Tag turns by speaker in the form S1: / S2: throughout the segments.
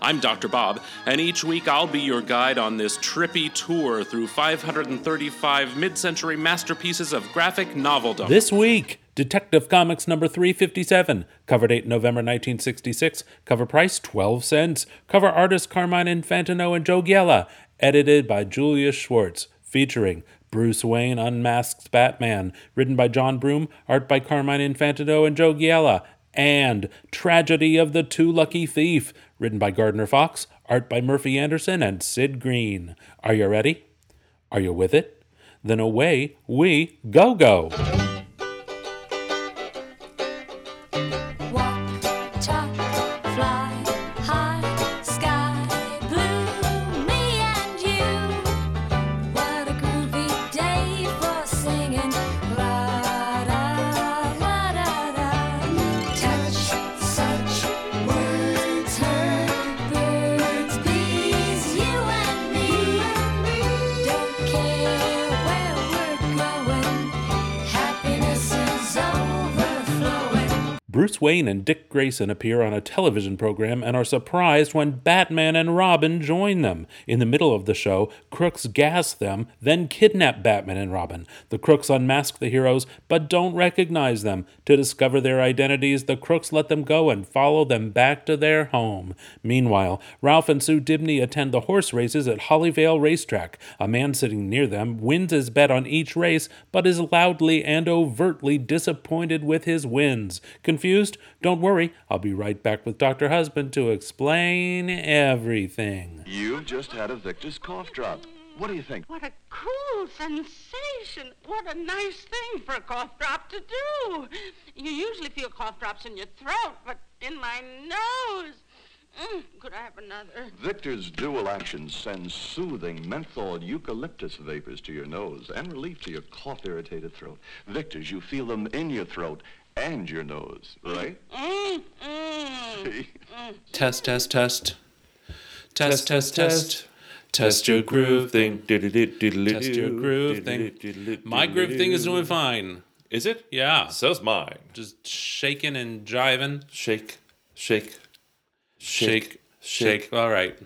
S1: I'm Dr. Bob, and each week I'll be your guide on this trippy tour through 535 mid century masterpieces of graphic noveldom.
S2: This week, Detective Comics number 357, cover date November 1966, cover price 12 cents, cover artist Carmine Infantino and Joe Giella, edited by Julius Schwartz, featuring Bruce Wayne Unmasked Batman, written by John Broome, art by Carmine Infantino and Joe Giella, and Tragedy of the Too Lucky Thief, written by Gardner Fox, art by Murphy Anderson and Sid Green. Are you ready? Are you with it? Then away we go go!
S3: Walk, talk, fly high, sky blue, me and you. What a groovy day for singing. La da la da da. Touch, such words, heard, birds, bees, you and me. Don't care where we're going. Happiness is overflowing.
S2: Bruce Wayne and Dick Grayson appear on a television program and are surprised when Batman and Robin join them. In the middle of the show, crooks gas them, then kidnap Batman and Robin. The crooks unmask the heroes but don't recognize them. To discover their identities, the crooks let them go and follow them back to their home. Meanwhile, Ralph and Sue Dibney attend the horse races at Hollyvale Racetrack. A man sitting near them wins his bet on each race but is loudly and overtly disappointed with his wins. Confused? Don't worry, I'll be right back with Dr. Husband to explain everything.
S4: You've just had a Victor's cough drop. What do you think?
S5: What a cool sensation. What a nice thing for a cough drop to do. You usually feel cough drops in your throat, but in my nose. Mm, could I have another?
S4: Victor's dual action sends soothing menthol eucalyptus vapors to your nose and relief to your cough irritated throat. Victor's, you feel them in your throat and your nose, right?
S5: Mm, mm.
S1: Test, test, test. Test, test, test. Test your groove thing. Test your groove thing. My groove thing is doing fine.
S6: Is it?
S1: Yeah.
S6: So's mine.
S1: Just shaking and jiving.
S6: Shake, shake,
S1: Shake, shake. All right.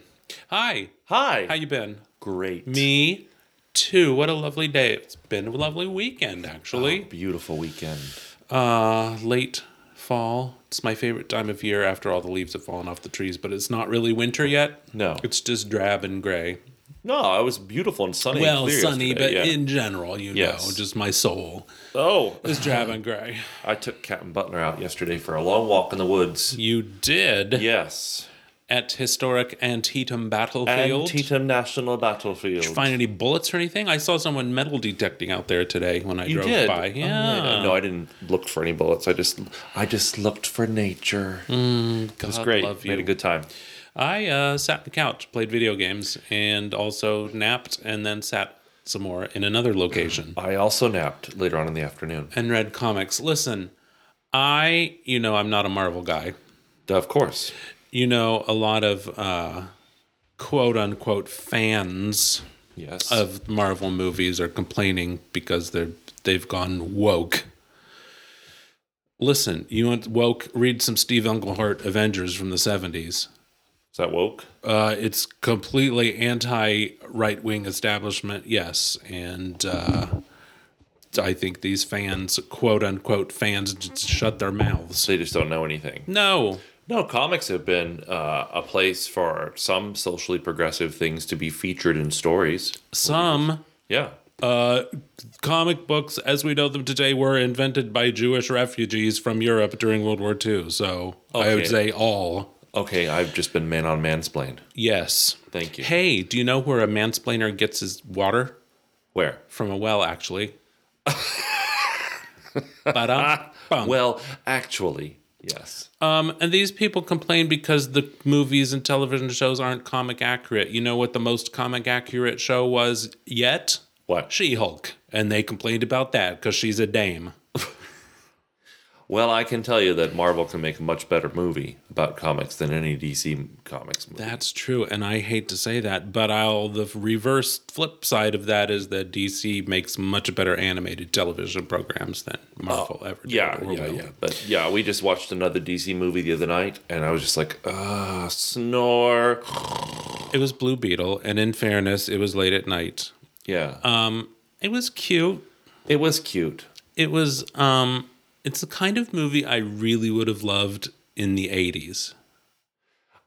S1: Hi.
S6: Hi.
S1: How you been?
S6: Great.
S1: Me too. What a lovely day. It's been a lovely weekend actually.
S6: Beautiful weekend.
S1: Uh late fall. It's my favorite time of year after all the leaves have fallen off the trees, but it's not really winter yet.
S6: No.
S1: It's just drab and gray.
S6: No, it was beautiful and sunny. and
S1: well,
S6: clear
S1: sunny,
S6: yesterday,
S1: but
S6: yeah.
S1: in general, you
S6: Yes.
S1: know, just my soul
S6: oh,
S1: is drab and gray.
S6: I took Captain Butler out yesterday for a long walk in the woods.
S1: You did
S6: Yes,
S1: at historic Antietam
S6: and
S1: battlefield.
S6: Antietam National Battlefield.
S1: Did you find any bullets or anything? I saw someone metal detecting out there today when I
S6: You
S1: drove
S6: did.
S1: by.
S6: Oh,
S1: Yeah.
S6: No, I didn't look for any bullets. I just, I just looked for nature. it was
S1: God
S6: Mm, great.
S1: love
S6: Made
S1: you.
S6: a good time.
S1: I uh, sat on the couch, played video games, and also napped, and then sat some more in another location
S6: I also napped later on in the afternoon.
S1: and read comics. Listen, I, you know, I'm not a Marvel guy.
S6: Of course.
S1: You know, a lot of uh, quote unquote fans
S6: Yes.
S1: of Marvel movies are complaining because they're they've gone woke. Listen, you want woke? Read some Steve Englehart Avengers from the seventies.
S6: Is that woke?
S1: Uh, it's completely anti right wing establishment, yes, and uh, I think these fans, quote unquote fans, just shut their mouths.
S6: They just don't know anything.
S1: No,
S6: No, comics have been uh, a place for some socially progressive things to be featured in stories.
S1: some
S6: Yeah.
S1: uh, comic books, as we know them today, were invented by Jewish refugees from Europe during World War II. So I
S6: Okay.
S1: would say all.
S6: Okay, I've just been man on mansplained.
S1: Yes.
S6: Thank you.
S1: Hey, do you know where a mansplainer gets his water?
S6: Where?
S1: From a well, actually. Ba-dum, bum.
S6: Well, actually, Yes.
S1: Um, and these people complain because the movies and television shows aren't comic accurate. You know what the most comic accurate show was yet?
S6: What?
S1: She Hulk. And they complained about that because she's a dame.
S6: Well, I can tell you that Marvel can make a much better movie about comics than any DC comics movie.
S1: That's true, and I hate to say that, but I'll the reverse flip side of that is that DC makes much better animated television programs than Marvel ever did.
S6: Oh, yeah,
S1: or
S6: yeah,
S1: will.
S6: yeah. But yeah, we just watched another DC movie the other night, and I was just like, ah, snore.
S1: It was Blue Beetle, and in fairness, it was late at night.
S6: Yeah.
S1: Um, it was cute.
S6: it was cute.
S1: It was um, it's the kind of movie I really would have loved in the '80s.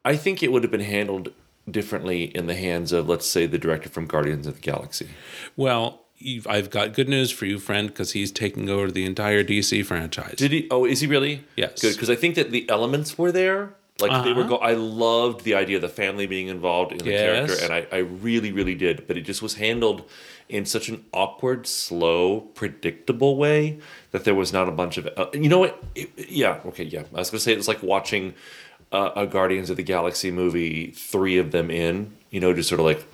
S6: I think it would have been handled differently in the hands of, let's say, the director from Guardians of the Galaxy.
S1: Well, you've, I've got good news for you, friend, because he's taking over the entire DC franchise.
S6: Did he? Oh, is he really?
S1: Yes. Uh-huh.
S6: Good, because I think that the elements were there. Like they were. Go- I loved the idea of the family being involved in the
S1: Yes.
S6: character, and I, I really, really did. But it just was handled in such an awkward, slow, predictable way that there was not a bunch of. Uh, you know what? It- yeah. Okay. Yeah. I was gonna say it was like watching uh, a Guardians of the Galaxy movie, three of them in. You know, just sort of like.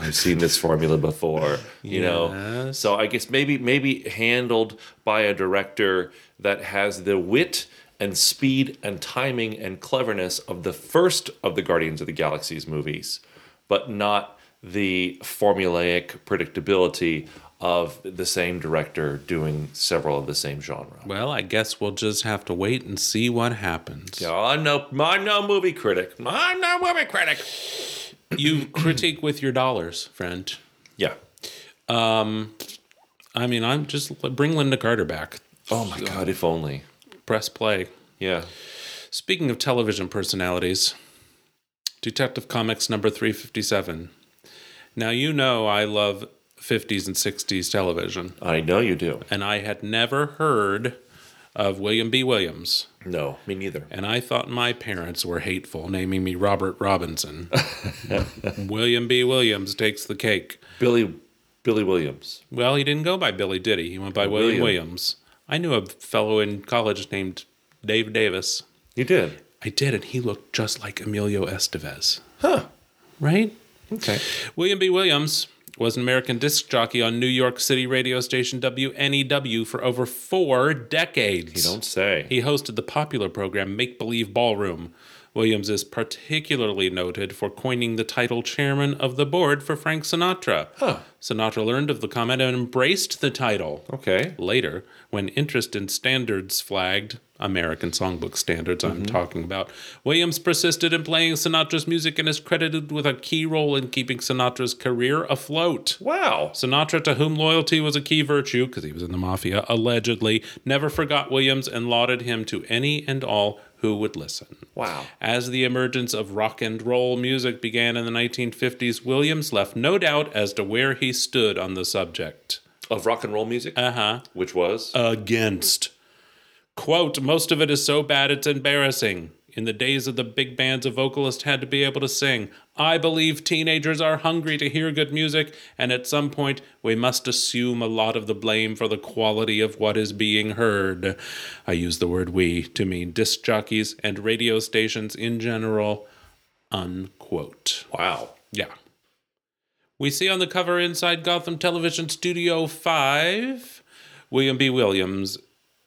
S6: I've seen this formula before, you know. So I guess maybe maybe handled by a director that has the wit and speed and timing and cleverness of the first of the Guardians of the Galaxy's movies, but not the formulaic predictability of the same director doing several of the same genre.
S1: well, I guess we'll just have to wait and see what happens.
S6: I'm no, I'm no movie critic. I'm no movie critic.
S1: you critique with your dollars, friend.
S6: Yeah.
S1: I mean, I'm just bring Linda Carter back.
S6: Oh my God! If only.
S1: Press play.
S6: Yeah.
S1: Speaking of television personalities, Detective Comics number 357. Now, you know I love 50s and 60s television,
S6: I know you do.
S1: and I had never heard of William B. Williams.
S6: No, me neither.
S1: And I thought my parents were hateful, naming me Robert Robinson. William B. Williams takes the cake.
S6: Billy Billy Williams.
S1: Well, he didn't go by Billy, did he? He went
S6: Oh,
S1: by William
S6: William.
S1: Williams. I knew a fellow in college named Dave Davis.
S6: You did.
S1: I did, and he looked just like Emilio Estevez. Huh. Right?
S6: Okay.
S1: William B. Williams was an American disc jockey on New York City radio station WNEW for over four decades.
S6: You don't say.
S1: He hosted the popular program Make Believe Ballroom. Williams is particularly noted for coining the title chairman of the board for Frank Sinatra. Sinatra learned of the comment and embraced the title.
S6: okay.
S1: Later, when interest in standards flagged, American songbook standards I'm talking about, Williams persisted in playing Sinatra's music and is credited with a key role in keeping Sinatra's career afloat.
S6: Wow.
S1: Sinatra, to whom loyalty was a key virtue because he was in the mafia, allegedly never forgot Williams and lauded him to any and all who would listen.
S6: Wow.
S1: As the emergence of rock and roll music began in the 1950s, Williams left no doubt as to where he stood on the subject.
S6: Of rock and roll music,
S1: Uh huh.
S6: which was
S1: Against. Quote, most of it is so bad it's embarrassing. In the days of the big bands, a vocalist had to be able to sing. I believe teenagers are hungry to hear good music, and at some point, we must assume a lot of the blame for the quality of what is being heard. I use the word we to mean disc jockeys and radio stations in general. Unquote.
S6: wow.
S1: Yeah. We see on the cover inside Gotham Television Studio 5 William B. Williams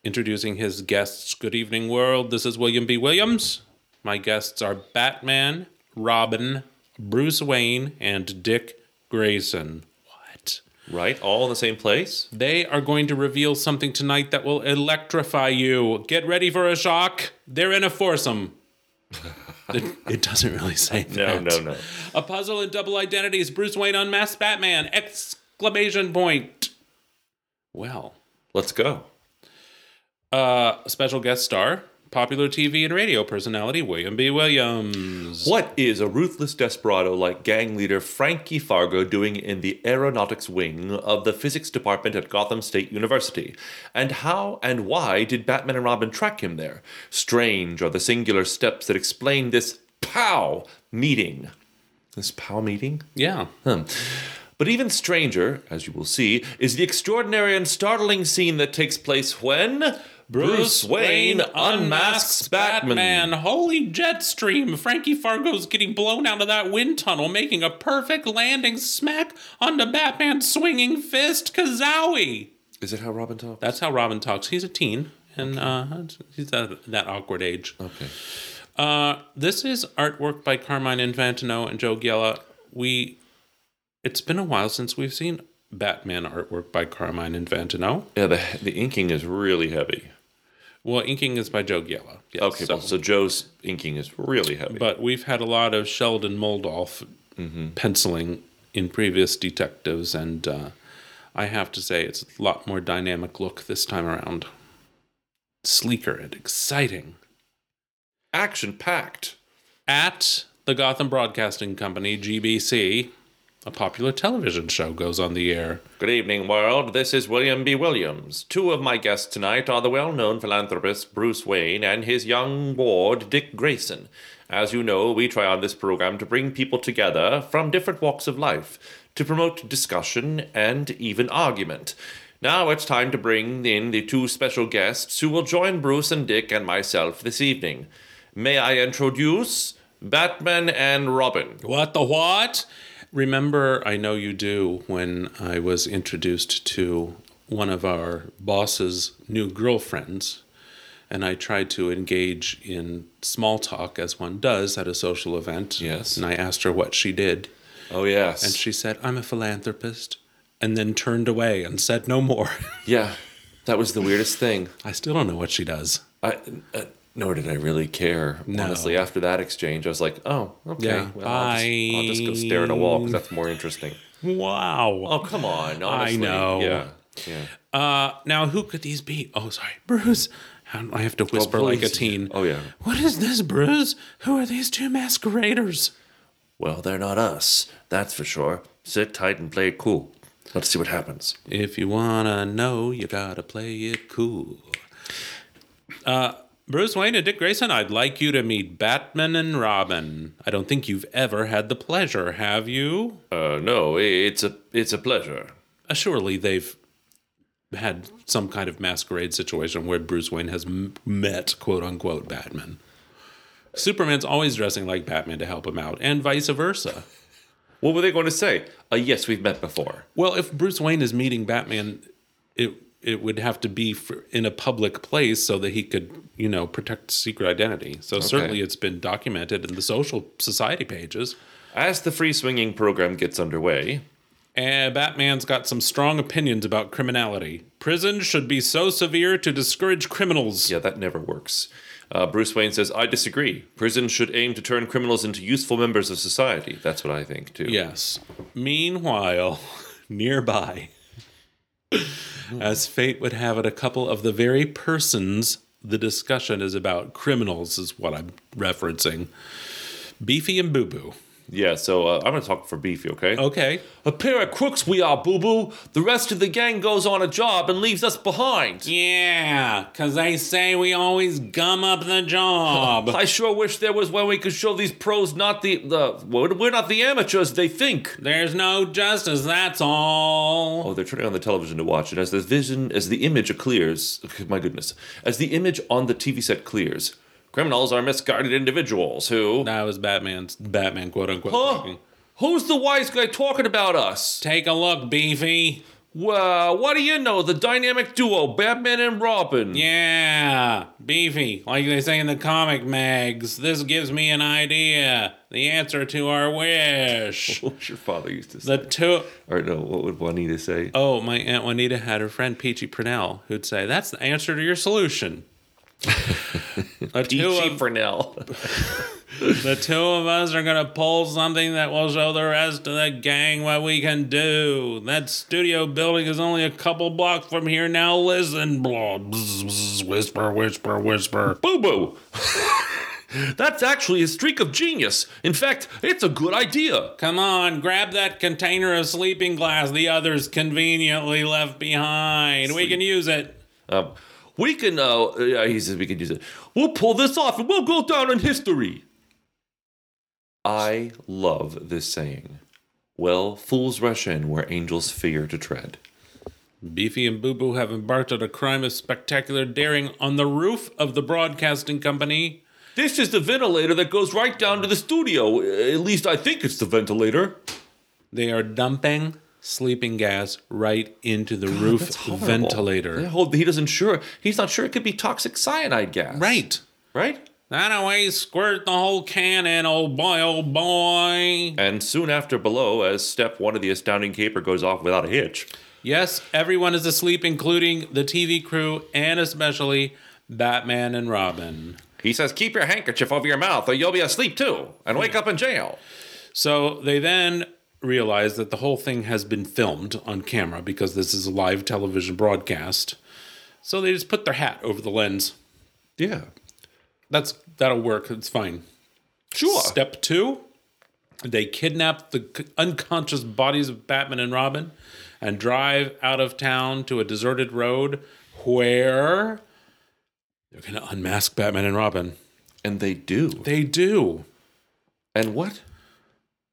S1: introducing his guests. Good evening, world. This is William B. Williams. My guests are Batman, Robin, Bruce Wayne, and Dick Grayson. What?
S6: Right? All in the same place?
S1: They are going to reveal something tonight that will electrify you. Get ready for a shock. They're in a foursome. it, it doesn't really say
S6: No,
S1: that.
S6: no, no.
S1: A puzzle and double identities. Bruce Wayne unmasked Batman! Exclamation point. Well,
S6: Let's go.
S1: uh, special guest star, popular TV and radio personality William B. Williams.
S6: What is a ruthless desperado like gang leader Frankie Fargo doing in the aeronautics wing of the physics department at Gotham State University? And how and why did Batman and Robin track him there? Strange are the singular steps that explain this POW meeting. This POW meeting?
S1: Yeah.
S6: Huh. But even stranger, as you will see, is the extraordinary and startling scene that takes place when Bruce Wayne unmasks Batman.
S1: Holy jet stream. Frankie Fargo's getting blown out of that wind tunnel, making a perfect landing smack onto Batman's swinging fist. Kazowie.
S6: Is it how Robin talks?
S1: That's how Robin talks. He's a teen, and uh, he's that, that awkward age.
S6: okay.
S1: Uh, this is artwork by Carmine Infantino and Joe Giella. We, it's been a while since we've seen Batman artwork by Carmine Infantino.
S6: Yeah, the the inking is really heavy.
S1: Well, inking is by Joe Giella. Yes,
S6: Okay, so, so Joe's inking is really heavy.
S1: but we've had a lot of Sheldon Moldolf penciling in previous detectives, and uh, I have to say it's a lot more dynamic look this time around. Sleeker and exciting.
S6: Action packed.
S1: at the Gotham Broadcasting Company, GBC, a popular television show goes on the air.
S6: Good evening, world. This is William B. Williams. Two of my guests tonight are the well known philanthropist Bruce Wayne and his young ward, Dick Grayson. As you know, we try on this program to bring people together from different walks of life to promote discussion and even argument. Now it's time to bring in the two special guests who will join Bruce and Dick and myself this evening. May I introduce Batman and Robin?
S1: What the what? Remember, I know you do, when I was introduced to one of our boss's new girlfriends, and I tried to engage in small talk as one does at a social event.
S6: Yes.
S1: And I asked her what she did,
S6: Oh, yes.
S1: and she said, I'm a philanthropist, and then turned away and said no more.
S6: yeah, that was the weirdest thing.
S1: I still don't know what she does.
S6: I, uh, nor did I really care. Honestly, after that exchange, I was like, oh, okay.
S1: Yeah,
S6: I'll, just, I'll just go stare at a wall because that's more interesting.
S1: Wow.
S6: Oh, come on. Honestly.
S1: know.
S6: Yeah. Yeah.
S1: Uh, now, who could these be? Oh, sorry, Bruce. How do I have to whisper like a
S6: please.
S1: teen.
S6: Oh, yeah.
S1: What is this, Bruce? Who are these two masqueraders?
S6: Well, they're not us. That's for sure. Sit tight and play it cool. Let's see what happens.
S1: If you wanna know, you gotta play it cool. Uh, Bruce Wayne and Dick Grayson, I'd like you to meet Batman and Robin. I don't think you've ever had the pleasure, have you?
S6: Uh, no, i- it's a it's a pleasure.
S1: Uh, surely they've had some kind of masquerade situation where Bruce Wayne has m- met quote unquote Batman. Superman's always dressing like Batman to help him out, and vice versa.
S6: What were they going to say? Uh, yes, we've met before.
S1: Well, if Bruce Wayne is meeting Batman, it it would have to be for, in a public place so that he could, you know, protect secret identity. So certainly it's been documented in the social society pages.
S6: As the free swinging program gets underway,
S1: And Batman's got some strong opinions about criminality. Prisons should be so severe to discourage criminals.
S6: Yeah, that never works. Uh, Bruce Wayne says, I disagree. Prison should aim to turn criminals into useful members of society. That's what I think, too.
S1: Yes. Meanwhile, nearby, as fate would have it, a couple of the very persons the discussion is about, criminals is what I'm referencing, Beefy and Boo Boo.
S6: Yeah, so uh, I'm going to talk for Beefy, okay?
S1: Okay.
S6: A pair of crooks we are, boo boo. The rest of the gang goes on a job and leaves us behind.
S1: Yeah, because they say we always gum up the job.
S6: I sure wish there was one we could show these pros not the. the we're we're not the amateurs they think.
S1: There's no justice, that's all.
S6: Oh, they're turning on the television to watch, and as the vision, as the image clears, my goodness, as the image on the TV set clears, criminals are misguided individuals who.
S1: That was Batman's Batman quote unquote.
S6: Huh?
S1: talking.
S6: Who's the wise guy talking about us?
S1: Take a look, Beefy.
S6: Well, what do you know? The dynamic duo, Batman and Robin.
S1: Yeah, beefy, like they say in the comic mags. This gives me an idea. The answer to our wish.
S6: What was your father used to say?
S1: The two
S6: or no, what would Juanita say?
S1: Oh, my Aunt Juanita had her friend Peachy Purnell who'd say, That's the answer to your solution. the, two
S6: Peachy
S1: of,
S6: Fresnel.
S1: the two of us are going to pull something that will show the rest of the gang what we can do. That studio building is only a couple blocks from here. Now listen. Blah, bzz, bzz, whisper, whisper, whisper.
S6: Boo boo. That's actually a streak of genius. In fact, it's a good idea.
S1: Come on, grab that container of sleeping glass the others conveniently left behind. We can use it.
S6: Um, we can, uh, yeah, he says we can use it. We'll pull this off and we'll go down in history. I love this saying. Well, fools rush in where angels fear to tread.
S1: Beefy and Boo Boo have embarked on a crime of spectacular daring on the roof of the broadcasting company.
S6: This is the ventilator that goes right down to the studio. At least I think it's the ventilator.
S1: They are dumping sleeping gas right into the
S6: That's
S1: roof
S6: horrible.
S1: ventilator.
S6: Yeah, hold- he doesn't sure. He's not sure it could be toxic cyanide gas.
S1: Right.
S6: Right.
S1: That away, squirt the whole can in, old boy, old boy.
S6: And soon after, below, as step one of the astounding caper goes off without a hitch.
S1: Yes, everyone is asleep, including the TV crew and especially Batman and Robin.
S6: He says, "Keep your handkerchief over your mouth, or you'll be asleep too, and wake up in jail."
S1: So they then realize that the whole thing has been filmed on camera because this is a live television broadcast. So they just put their hat over the lens.
S6: Yeah,
S1: That's that'll work. It's fine.
S6: sure.
S1: Step two, they kidnap the c- unconscious bodies of Batman and Robin and drive out of town to a deserted road where they're going to unmask Batman and Robin.
S6: and they do.
S1: They do.
S6: and what?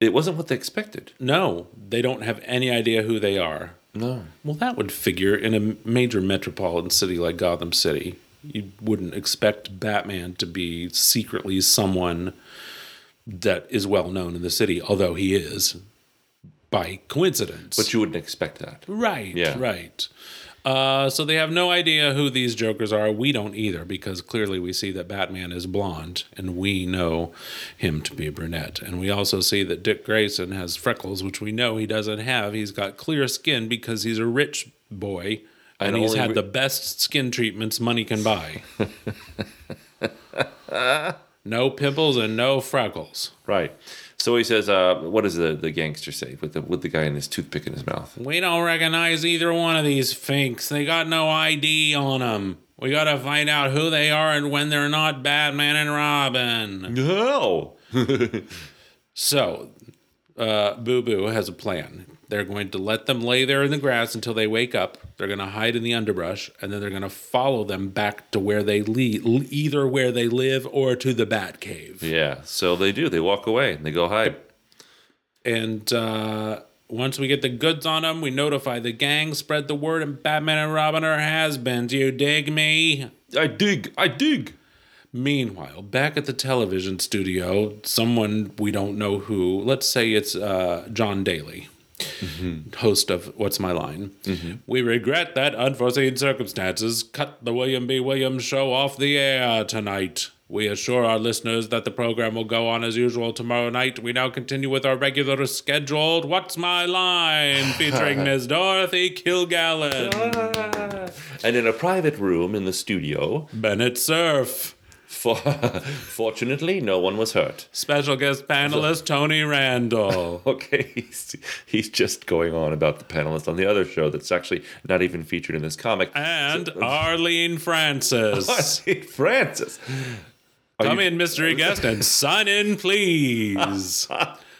S6: It wasn't what they expected.
S1: No, they don't have any idea who they are.
S6: No.
S1: Well, that would figure in a major metropolitan city like Gotham City. You wouldn't expect Batman to be secretly someone that is well known in the city, although he is by coincidence.
S6: But you wouldn't expect that.
S1: Right,
S6: Yeah.
S1: right. Uh, so they have no idea who these jokers are. We don't either, because clearly we see that Batman is blonde, and we know him to be brunette. And we also see that Dick Grayson has freckles, which we know he doesn't have. He's got clear skin because he's a rich boy, and
S6: And
S1: he's
S6: only
S1: had
S6: re-
S1: the best skin treatments money can buy. no pimples and no freckles.
S6: Right. So he says, uh, "What does the, the gangster say with the with the guy in his toothpick in his mouth?"
S1: We don't recognize either one of these finks. They got no ID on them. We gotta find out who they are and when they're not Batman and Robin.
S6: No.
S1: So, uh, Boo Boo has a plan. They're going to let them lay there in the grass until they wake up. They're gonna hide in the underbrush, and then they're gonna follow them back to where they lead, either where they live or to the Bat Cave.
S6: Yeah. So they do. They walk away and they go hide.
S1: And uh, once we get the goods on them, we notify the gang, spread the word, and Batman and Robin are has-beens. You dig me?
S6: I dig. I dig.
S1: Meanwhile, back at the television studio, someone we don't know who, let's say it's uh, John Daly, host of What's My Line. We regret that unforeseen circumstances cut the William B. Williams show off the air tonight. We assure our listeners that the program will go on as usual tomorrow night. We now continue with our regular scheduled What's My Line featuring Ms. Dorothy Kilgallen,
S6: And in a private room in the studio,
S1: Bennett Cerf,
S6: for, fortunately, no one was hurt.
S1: special guest panelist Tony Randall.
S6: Okay, he's, he's just going on about the panelists on the other show that's actually not even featured in this comic.
S1: and
S6: uh,
S1: Arlene Francis.
S6: Francis.
S1: Come in, mystery guest, and sign in, please.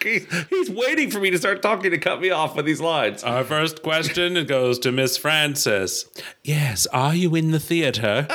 S6: He's, he's waiting for me to start talking to cut me off with these lines.
S1: Our first question goes to Miss Francis. Yes, are you in the theater?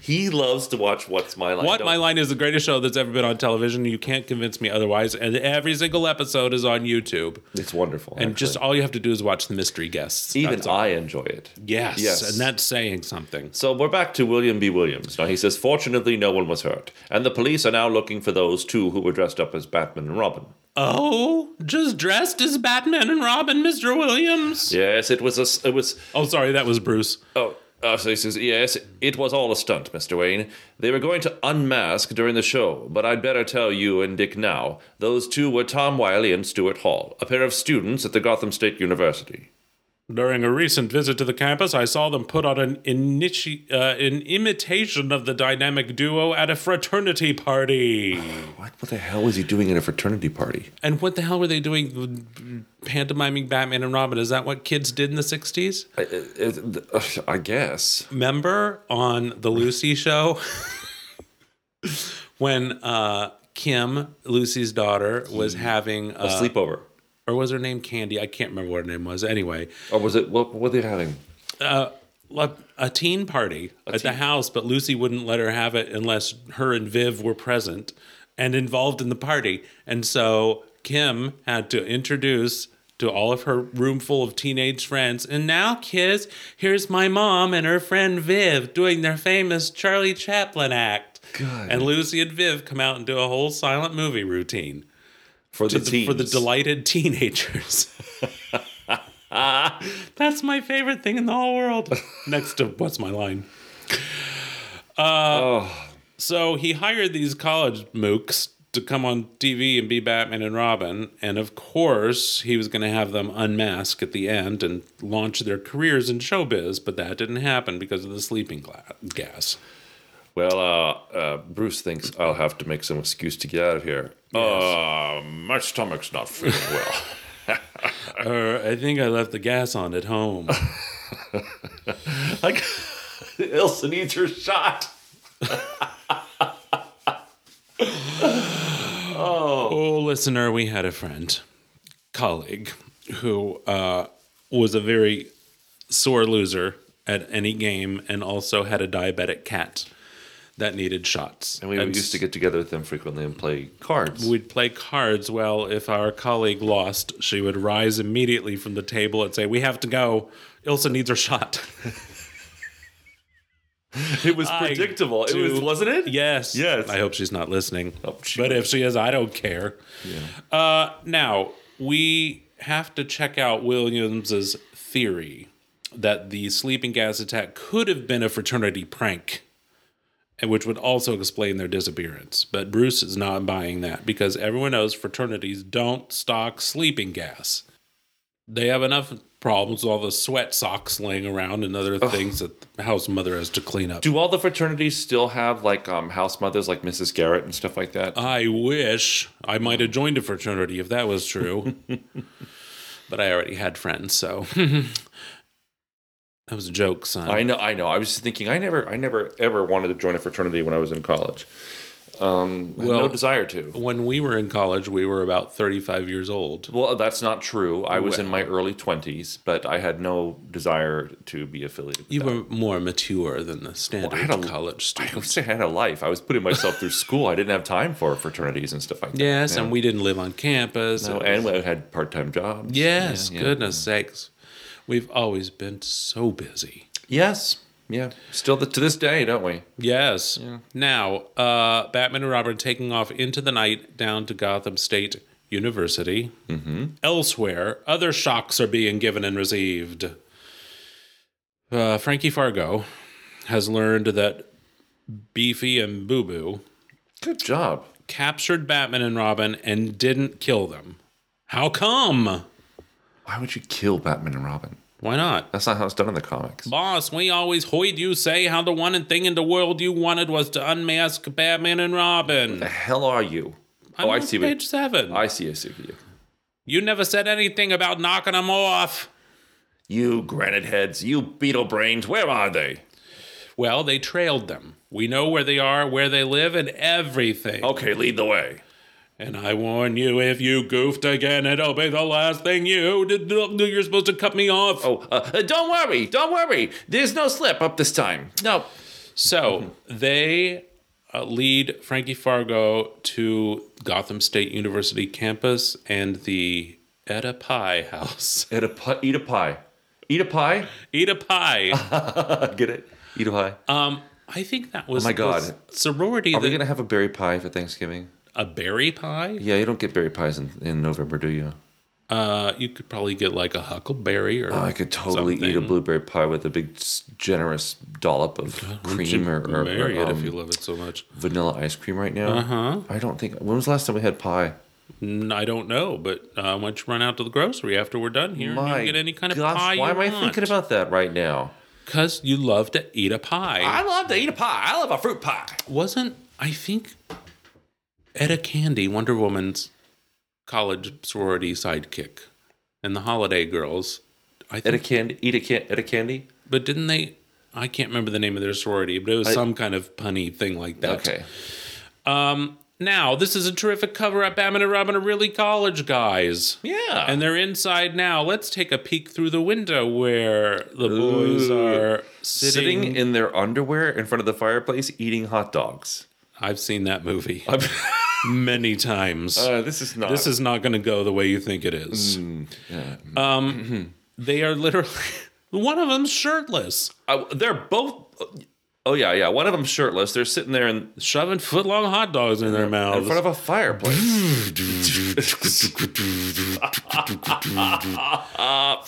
S6: he loves to watch What's My Line.
S1: What
S6: Don't-
S1: My Line is the greatest show that's ever been on television. You can't convince me otherwise. And every single episode is on YouTube.
S6: It's wonderful.
S1: And just
S6: actually.
S1: all you have to do is watch the mystery guests.
S6: even
S1: That's all.
S6: I enjoy it.
S1: Yes,
S6: E- Yes.
S1: and that's saying something.
S6: So we're back to William B. Williams. Now he says, fortunately, no one was hurt, and the police are now looking for those two who were dressed up as Batman and Robin.
S1: Oh, just dressed as Batman and Robin, Mr. Williams.
S6: Yes, it was a s it was
S1: Oh, sorry, that was Bruce.
S6: Oh, uh, so he says, yes, it was all a stunt, Mr. Wayne. They were going to unmask during the show, but I'd better tell you and Dick now. Those two were Tom Wiley and Stuart Hall, a pair of students at the Gotham State University.
S1: During a recent visit to the campus, I saw them put on an, initi- uh, an imitation of the dynamic duo at a fraternity party.
S6: What, what the hell was he doing at a fraternity party?
S1: and what the hell were they doing pantomiming Batman and Robin? Is that what kids did in the 60s?
S6: I, I, uh, I guess.
S1: Remember on The Lucy Show when uh, Kim, Lucy's daughter, was having.
S6: A
S1: Uh,
S6: sleepover.
S1: or was her name Candy? I can't remember what her name was. Anyway,
S6: Or was it, what, what were they having?
S1: a, a teen party at the house, but Lucy wouldn't let her have it unless her and Viv were present and involved in the party. And so Kim had to introduce to all of her room full of teenage friends. And now, kids, here's my mom and her friend Viv doing their famous Charlie Chaplin act.
S6: God.
S1: And Lucy and Viv come out and do a whole silent movie routine
S6: for
S1: to
S6: the,
S1: the, for the
S6: teens.
S1: delighted teenagers. That's my favorite thing in the whole world. Next to what's my line? Uh,
S6: Oh,
S1: So he hired these college mooks to come on TV and be Batman and Robin. And of course, he was going to have them unmask at the end and launch their careers in showbiz, but that didn't happen because of the sleeping gla- gas.
S6: well, uh, uh, Bruce thinks I'll have to make some excuse to get out of here. Uh, my stomach's not feeling well.
S1: Or Uh, I think I left the gas on at home.
S6: like, Ilsa needs her shot.
S1: Oh, listener, we had a friend, colleague, who uh, was a very sore loser at any game and also had a diabetic cat that needed shots.
S6: And we used to get together with them frequently and play cards.
S1: We'd play cards. Well, if our colleague lost, she would rise immediately from the table and say, We have to go. Ilsa needs her shot.
S6: it was
S1: I
S6: predictable. It was,
S1: do-
S6: wasn't it?
S1: Yes.
S6: Yes.
S1: I hope she's not listening.
S6: Oh, she
S1: but
S6: would.
S1: if she is, I don't care. Uh, now, we have to check out Williams's theory that the sleeping gas attack could have been a fraternity prank. and Which would also explain their disappearance. But Bruce is not buying that because everyone knows fraternities don't stock sleeping gas. They have enough problems with all the sweat socks laying around and other things that the house mother has to clean up.
S6: Do all the fraternities still have like um, house mothers, like Mrs. Garrett and stuff like that?
S1: I wish I might have joined a fraternity if that was true. but I already had friends, so that was a joke, son.
S6: I know, I know. I was just thinking, I never, I never ever wanted to join a fraternity when I was in college. Um, I had
S1: Well-
S6: no desire to.
S1: when we were in college, we were about 35 years old.
S6: Well, that's not true. I was in
S1: Well.
S6: my early twenties, but I had no desire to be affiliated. With
S1: You
S6: that.
S1: were more mature than the standard
S6: had a-
S1: college
S6: I
S1: student.
S6: would say I had a life. I was putting myself through school. I didn't have time for fraternities and stuff like that.
S1: Yes,
S6: you know?
S1: and we didn't live on campus.
S6: No,
S1: It
S6: and
S1: was-
S6: we had part-time jobs.
S1: yes,
S6: Yeah, yeah.
S1: goodness sakes. We've always been so busy.
S6: Yes. Yeah. Still the, to this day, don't we?
S1: Yes. Now, uh, Batman and Robin taking off into the night down to Gotham State University. Mm-hmm. Elsewhere, other shocks are being given and received. Uh, Frankie Fargo has learned that Beefy and Boo Boo
S6: Good job.
S1: captured Batman and Robin and didn't kill them. How come?
S6: Why would you kill Batman and Robin?
S1: Why not?
S6: That's not how it's done in the comics.
S1: Boss, we always heard you say how the one thing in the world you wanted was to unmask Batman and Robin.
S6: The hell are you?
S1: I'm
S6: oh, I
S1: on
S6: see.
S1: Page
S6: What,
S1: seven.
S6: I see. I see. what you.
S1: You never said anything about knocking them off.
S6: You granite heads. You beetle brains. Where are they?
S1: Well, they trailed them. We know where they are, where they live, and everything.
S6: Okay, lead the way.
S1: And I warn you, if you goofed again, it'll be the last thing you did. You're supposed to cut me off.
S6: Oh, uh, uh, don't worry. Don't worry. There's no slip up this time. No.
S1: So they uh, lead Frankie Fargo to Gotham State University campus and the Etta Pie house.
S6: Eat a, pi- eat a pie. Eat a pie.
S1: Eat a pie.
S6: Get it? Eat a pie.
S1: um, I think that was
S6: Oh my God.
S1: was sorority.
S6: are we
S1: that-
S6: gonna have a berry pie for Thanksgiving?
S1: a berry pie?
S6: Yeah, you don't get berry pies in, in November, do you?
S1: Uh, you could probably get like a huckleberry or
S6: Oh, I could totally eat a
S1: something.
S6: blueberry pie with a big s- generous dollop of cream or, or, or,
S1: marry it if
S6: um,
S1: you love it so much.
S6: vanilla ice cream right now. Uh-huh. I don't think. When was the last time we had pie?
S1: Mm, I don't know, but uh, why don't you run out to the grocery after we're done here and you
S6: My
S1: can get any kind of
S6: gosh,
S1: pie
S6: why
S1: you
S6: am I thinking about that right now?
S1: Because you love to eat a pie.
S6: love to eat a pie. I love a fruit pie.
S1: Wasn't I think Etta Candy, Wonder Woman's college sorority sidekick, and the Holiday Girls? I
S6: At a
S1: think,
S6: candy, eat a can, at a candy.
S1: but didn't they? I can't remember the name of their sorority, but it was
S6: I-
S1: some kind of punny thing like that.
S6: Okay.
S1: Um, now this is a terrific cover up. Batman and Robin are really college guys.
S6: Yeah.
S1: And they're inside now. Let's take a peek through the window where the boys
S6: Ooh.
S1: are
S6: sitting
S1: sitting.
S6: in their underwear in front of the fireplace eating hot dogs.
S1: I've seen that movie.
S6: I'm-
S1: many times.
S6: Uh, this is not.
S1: this is not going to go the way you think it is. um, they are literally one of them's shirtless,
S6: I, they're both. Oh yeah, yeah. One of them shirtless. They're sitting there in,
S1: shoving foot long hot dogs in their
S6: in
S1: mouths.
S6: front of a fireplace.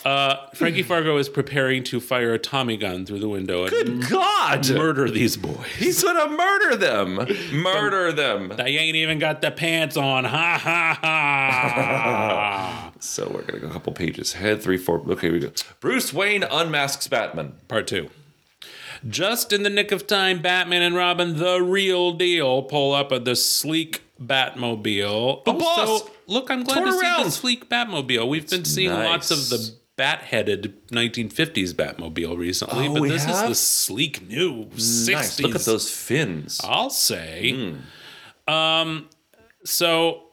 S1: Uh, Frankie Fargo is preparing to fire a Tommy gun through the window and
S6: Good God!
S1: murder these boys.
S6: He's gonna murder them. Murder them.
S1: They ain't even got the pants on. Ha ha ha.
S6: So we're gonna go a couple pages ahead. Three, four. Okay, we go. Bruce Wayne unmasks Batman.
S1: Part two. Just in the nick of time, Batman and Robin, the real deal, pull up at the sleek Batmobile. The
S6: boss!
S1: Look, I'm glad
S6: Turn
S1: to see
S6: around!
S1: the sleek Batmobile. We've been seeing lots of
S6: nice.
S1: the bat-headed 1950s Batmobile recently,
S6: Oh,
S1: but
S6: we
S1: this is
S6: have?
S1: the sleek new 60s.
S6: Nice. Look at those fins.
S1: I'll say. Um,
S6: Hmm.
S1: so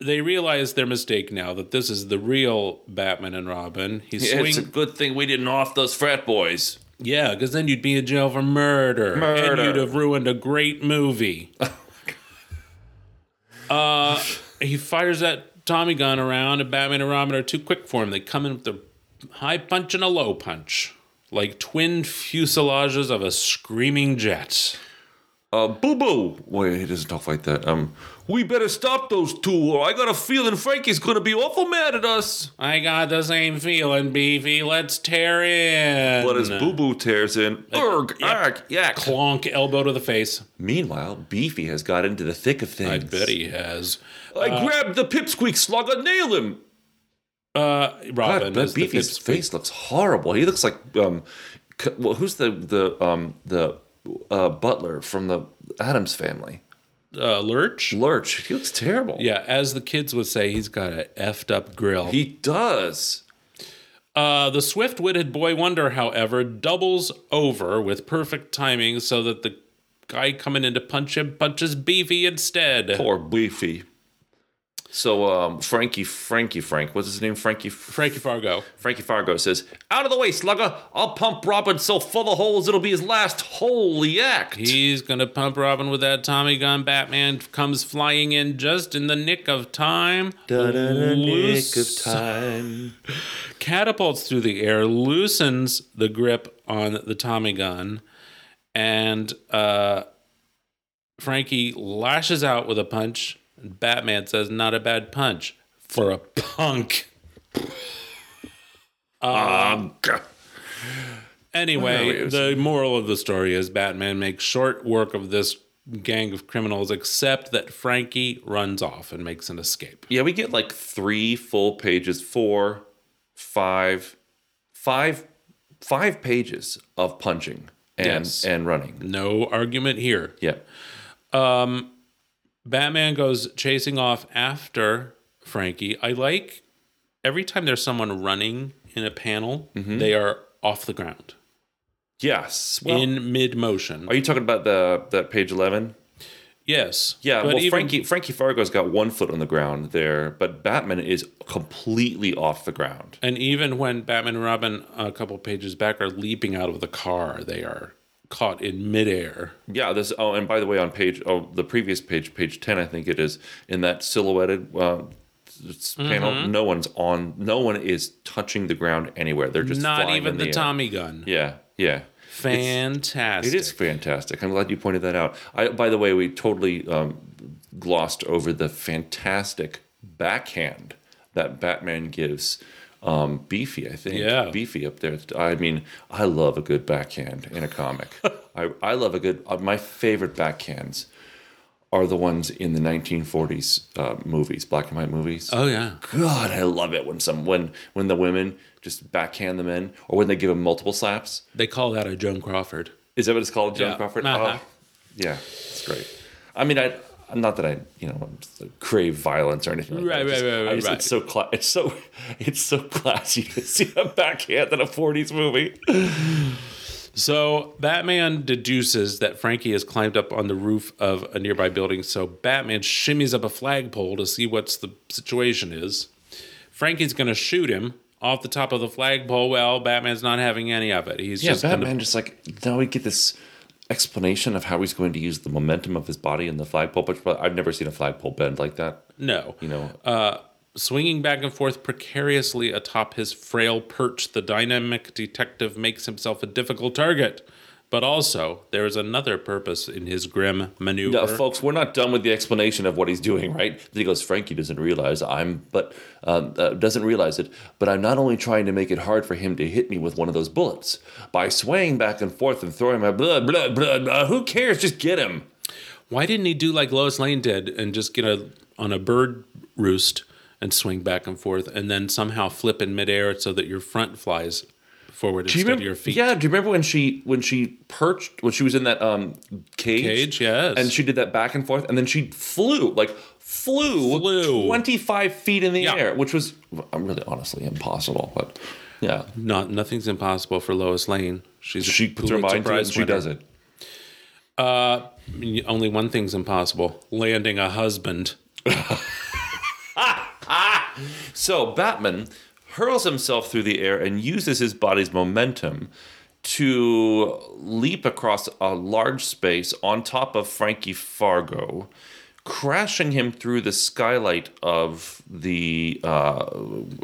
S1: they realize their mistake now that this is the real Batman and Robin. He
S6: Yeah,
S1: swings,
S6: It's a good thing we didn't off those frat boys.
S1: yeah, because then you'd be in jail for murder, and
S6: Murder. Oh,
S1: you'd have ruined a great movie. uh, he fires that Tommy gun around, and Batman and Robin are too quick for him. They come in with a high punch and a low punch, like twin fuselages of a screaming jet.
S6: Uh, boo boo. Wait, he doesn't talk like that. Um, we better stop those two, or I got a feeling Frankie's gonna be awful mad at us.
S1: I got the same feeling, Beefy. Let's tear in.
S6: But as Boo Boo tears in, erg, arg, yak.
S1: Clonk, elbow to the face.
S6: Meanwhile, Beefy has got into the thick of
S1: I
S6: things.
S1: bet he uh, has.
S6: I grabbed the pipsqueak slug, I nail him.
S1: Uh, Robin
S6: God, but
S1: is the
S6: Beefy's
S1: fifth
S6: face looks horrible. He looks like um, c- well, who's the the um the uh, butler from the Adams family?
S1: uh, Lurch.
S6: Lurch. He looks terrible.
S1: Yeah, as the kids would say, he's got a effed up grill.
S6: he does.
S1: Uh, the swift witted boy wonder, however, doubles over with perfect timing so that the guy coming in to punch him punches Beefy instead.
S6: Poor Beefy. So um, Frankie, Frankie, Frank, what's his name? Frankie, F-
S1: Frankie Fargo.
S6: Frankie Fargo says, "Out of the way, slugger! I'll pump Robin so full of holes it'll be his last holy act."
S1: He's gonna pump Robin with that Tommy gun. Batman comes flying in just in the nick of time. Loose-
S6: time.
S1: Catapults through the air, loosens the grip on the Tommy gun, and uh, Frankie lashes out with a punch. Batman says, "Not a bad punch for a punk." Anyway,
S6: it was-
S1: the moral of the story is Batman makes short work of this gang of criminals, except that Frankie runs off and makes an escape.
S6: Yeah, we get like three full pages, four, five, five, five pages of punching and
S1: Yes.
S6: and running.
S1: No argument here.
S6: Yeah.
S1: Batman goes chasing off after Frankie. I like every time there's someone running in a panel,
S6: Mm-hmm.
S1: they are off the ground
S6: Yes. Well,
S1: in mid motion.
S6: are you talking about the that page eleven?
S1: Yes.
S6: Yeah,
S1: but
S6: well,
S1: even-
S6: Frankie Frankie Fargo's got one foot on the ground there, but Batman is completely off the ground.
S1: And even when Batman and Robin, a couple pages back, are leaping out of the car, they are caught in midair.
S6: Yeah, this. Oh, and by the way, on page oh the previous page, page ten, I think it is in that silhouetted uh, s-
S1: Mm-hmm.
S6: panel. No one's on. No one is touching the ground anywhere. They're just
S1: Not
S6: flying
S1: even
S6: in
S1: the,
S6: air.
S1: Tommy gun.
S6: Yeah, yeah.
S1: Fantastic.
S6: It is fantastic. I'm glad you pointed that out. I, by the way, we totally um, glossed over the fantastic backhand that Batman gives um, Beefy. I think
S1: Yeah.
S6: Beefy up there. I mean, I love a good backhand in a comic. I, I love a good. Uh, my favorite backhands are the ones in the 1940s uh, movies, black and white movies.
S1: Oh yeah.
S6: God, I love it when some when when the women just backhand the men, or when they give them multiple slaps.
S1: They call that a Joan Crawford.
S6: Is that what it's called, John
S1: Yeah.
S6: Crawford?
S1: Uh-huh.
S6: Oh, yeah, it's great. I mean, I I'm not that I you know crave violence or anything. Like
S1: Right,
S6: that.
S1: right,
S6: Just-
S1: right,
S6: I
S1: right,
S6: just,
S1: right.
S6: It's so cla- it's so it's so classy to see a backhand in a '40s movie.
S1: So Batman deduces that Frankie has climbed up on the roof of a nearby building. So Batman shimmies up a flagpole to see what's the situation is. Frankie's going to shoot him off the top of the flagpole. Well, Batman's not having any of it. He's
S6: Yeah,
S1: just
S6: Batman
S1: Gonna,
S6: just like now we get this explanation of how he's going to use the momentum of his body in the flagpole pitch. But I've never seen a flagpole bend like that.
S1: No.
S6: You know,
S1: Uh, swinging back and forth precariously atop his frail perch, the dynamic detective makes himself a difficult target. But also, there is another purpose in his grim maneuver.
S6: Yeah, folks, we're not done with the explanation of what he's doing, right? He goes, Frankie doesn't realize I'm, but um, uh, doesn't realize it. But I'm not only trying to make it hard for him to hit me with one of those bullets by swaying back and forth and throwing my blah blah blah. blah who cares? Just get him.
S1: Why didn't he do like Lois Lane did and just get a, on a bird roost and swing back and forth and then somehow flip in midair so that your front flies forward
S6: Do you
S1: instead
S6: remember?
S1: of your feet?
S6: Yeah. Do you remember when she when she perched when she was in that um cage?
S1: Cage, yes.
S6: And she did that back and forth, and then she flew like flew,
S1: Flew.
S6: twenty five feet in the
S1: Yeah.
S6: air, which was I'm really honestly impossible, but yeah.
S1: Not, nothing's impossible for Lois Lane. She's a
S6: She puts her
S1: Pulitzer
S6: mind to it and
S1: Prize
S6: she
S1: winner.
S6: does it.
S1: I mean, Only one thing's impossible landing a husband.
S6: So Batman hurls himself through the air and uses his body's momentum to leap across a large space on top of Frankie Fargo, crashing him through the skylight of the uh,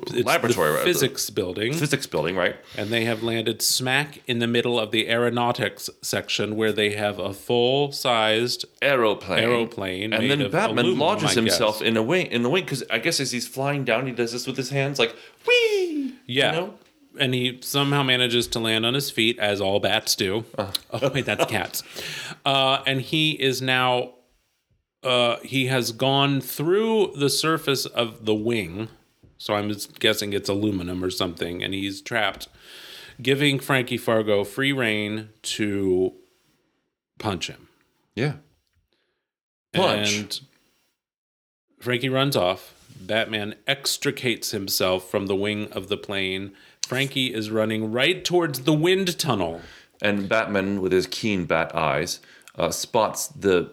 S1: It's
S6: laboratory,
S1: the
S6: right?
S1: physics building,
S6: The physics building, right?
S1: and they have landed smack in the middle of the aeronautics section where they have a full-sized
S6: Aeroplane.
S1: Aeroplane
S6: And
S1: made
S6: then
S1: of
S6: Batman
S1: aluminum,
S6: lodges
S1: I
S6: himself
S1: guess.
S6: in a wing in the wing because I guess as he's flying down, he does this with his hands, like whee.
S1: yeah.
S6: You know?
S1: And he somehow manages to land on his feet, as all bats do. Oh, wait, that's cats. Uh, and he is now, uh, he has gone through the surface of the wing. So I'm just guessing it's aluminum or something. And he's trapped, giving Frankie Fargo free reign to punch him.
S6: Yeah. Punch.
S1: And Frankie runs off. Batman extricates himself from the wing of the plane. Frankie is running right towards the wind tunnel.
S6: and Batman, with his keen bat eyes, uh, spots the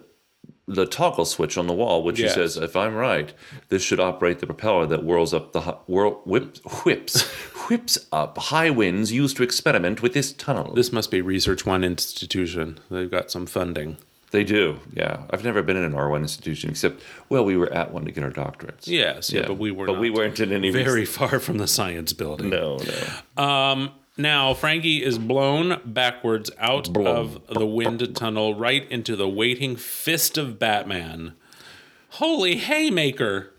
S6: the toggle switch on the wall, which he
S1: Yes.
S6: says, "If I'm right, this should operate the propeller that whirls up the hi- whirl, whips whips whips up high winds used to experiment with this tunnel."
S1: This must be Research One Institution. They've got some funding.
S6: they do, yeah. I've never been in an R one institution except, well, we were at one to get our doctorates.
S1: Yes, yeah, but we were
S6: but we
S1: not
S6: weren't in any
S1: very far from the science building. Um,
S6: No, no.
S1: Now, Frankie is blown backwards out
S6: Blown.
S1: of the wind tunnel right into the waiting fist of Batman. Holy haymaker,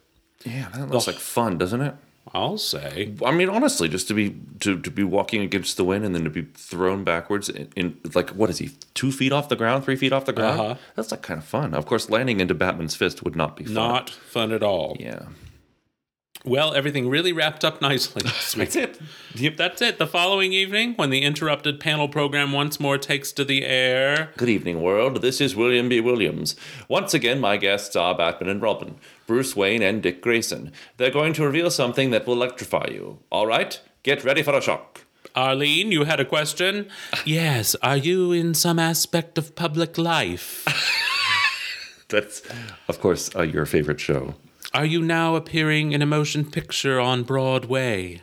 S6: Yeah, that looks like fun, doesn't it?
S1: I'll say.
S6: I mean, honestly, just to be to, to be walking against the wind and then to be thrown backwards in, in like what is he two feet off the ground, three feet off the ground?
S1: Uh-huh.
S6: That's like kind of fun. Of course, landing into Batman's fist would not be fun.
S1: Not fun at all.
S6: yeah.
S1: Well, everything really wrapped up nicely. this week.
S6: That's it. Yep.
S1: That's it. The following evening, when the interrupted panel program once more takes to the air,
S6: Good evening, world. This is William B. Williams. Once again, my guests are Batman and Robin, Bruce Wayne and Dick Grayson. They're going to reveal something that will electrify you. All right, get ready for a shock.
S1: Arlene, you had a question? yes. Are you in some aspect of public life?
S6: That's, of course, uh, your favorite show.
S1: Are you now appearing in a motion picture on Broadway?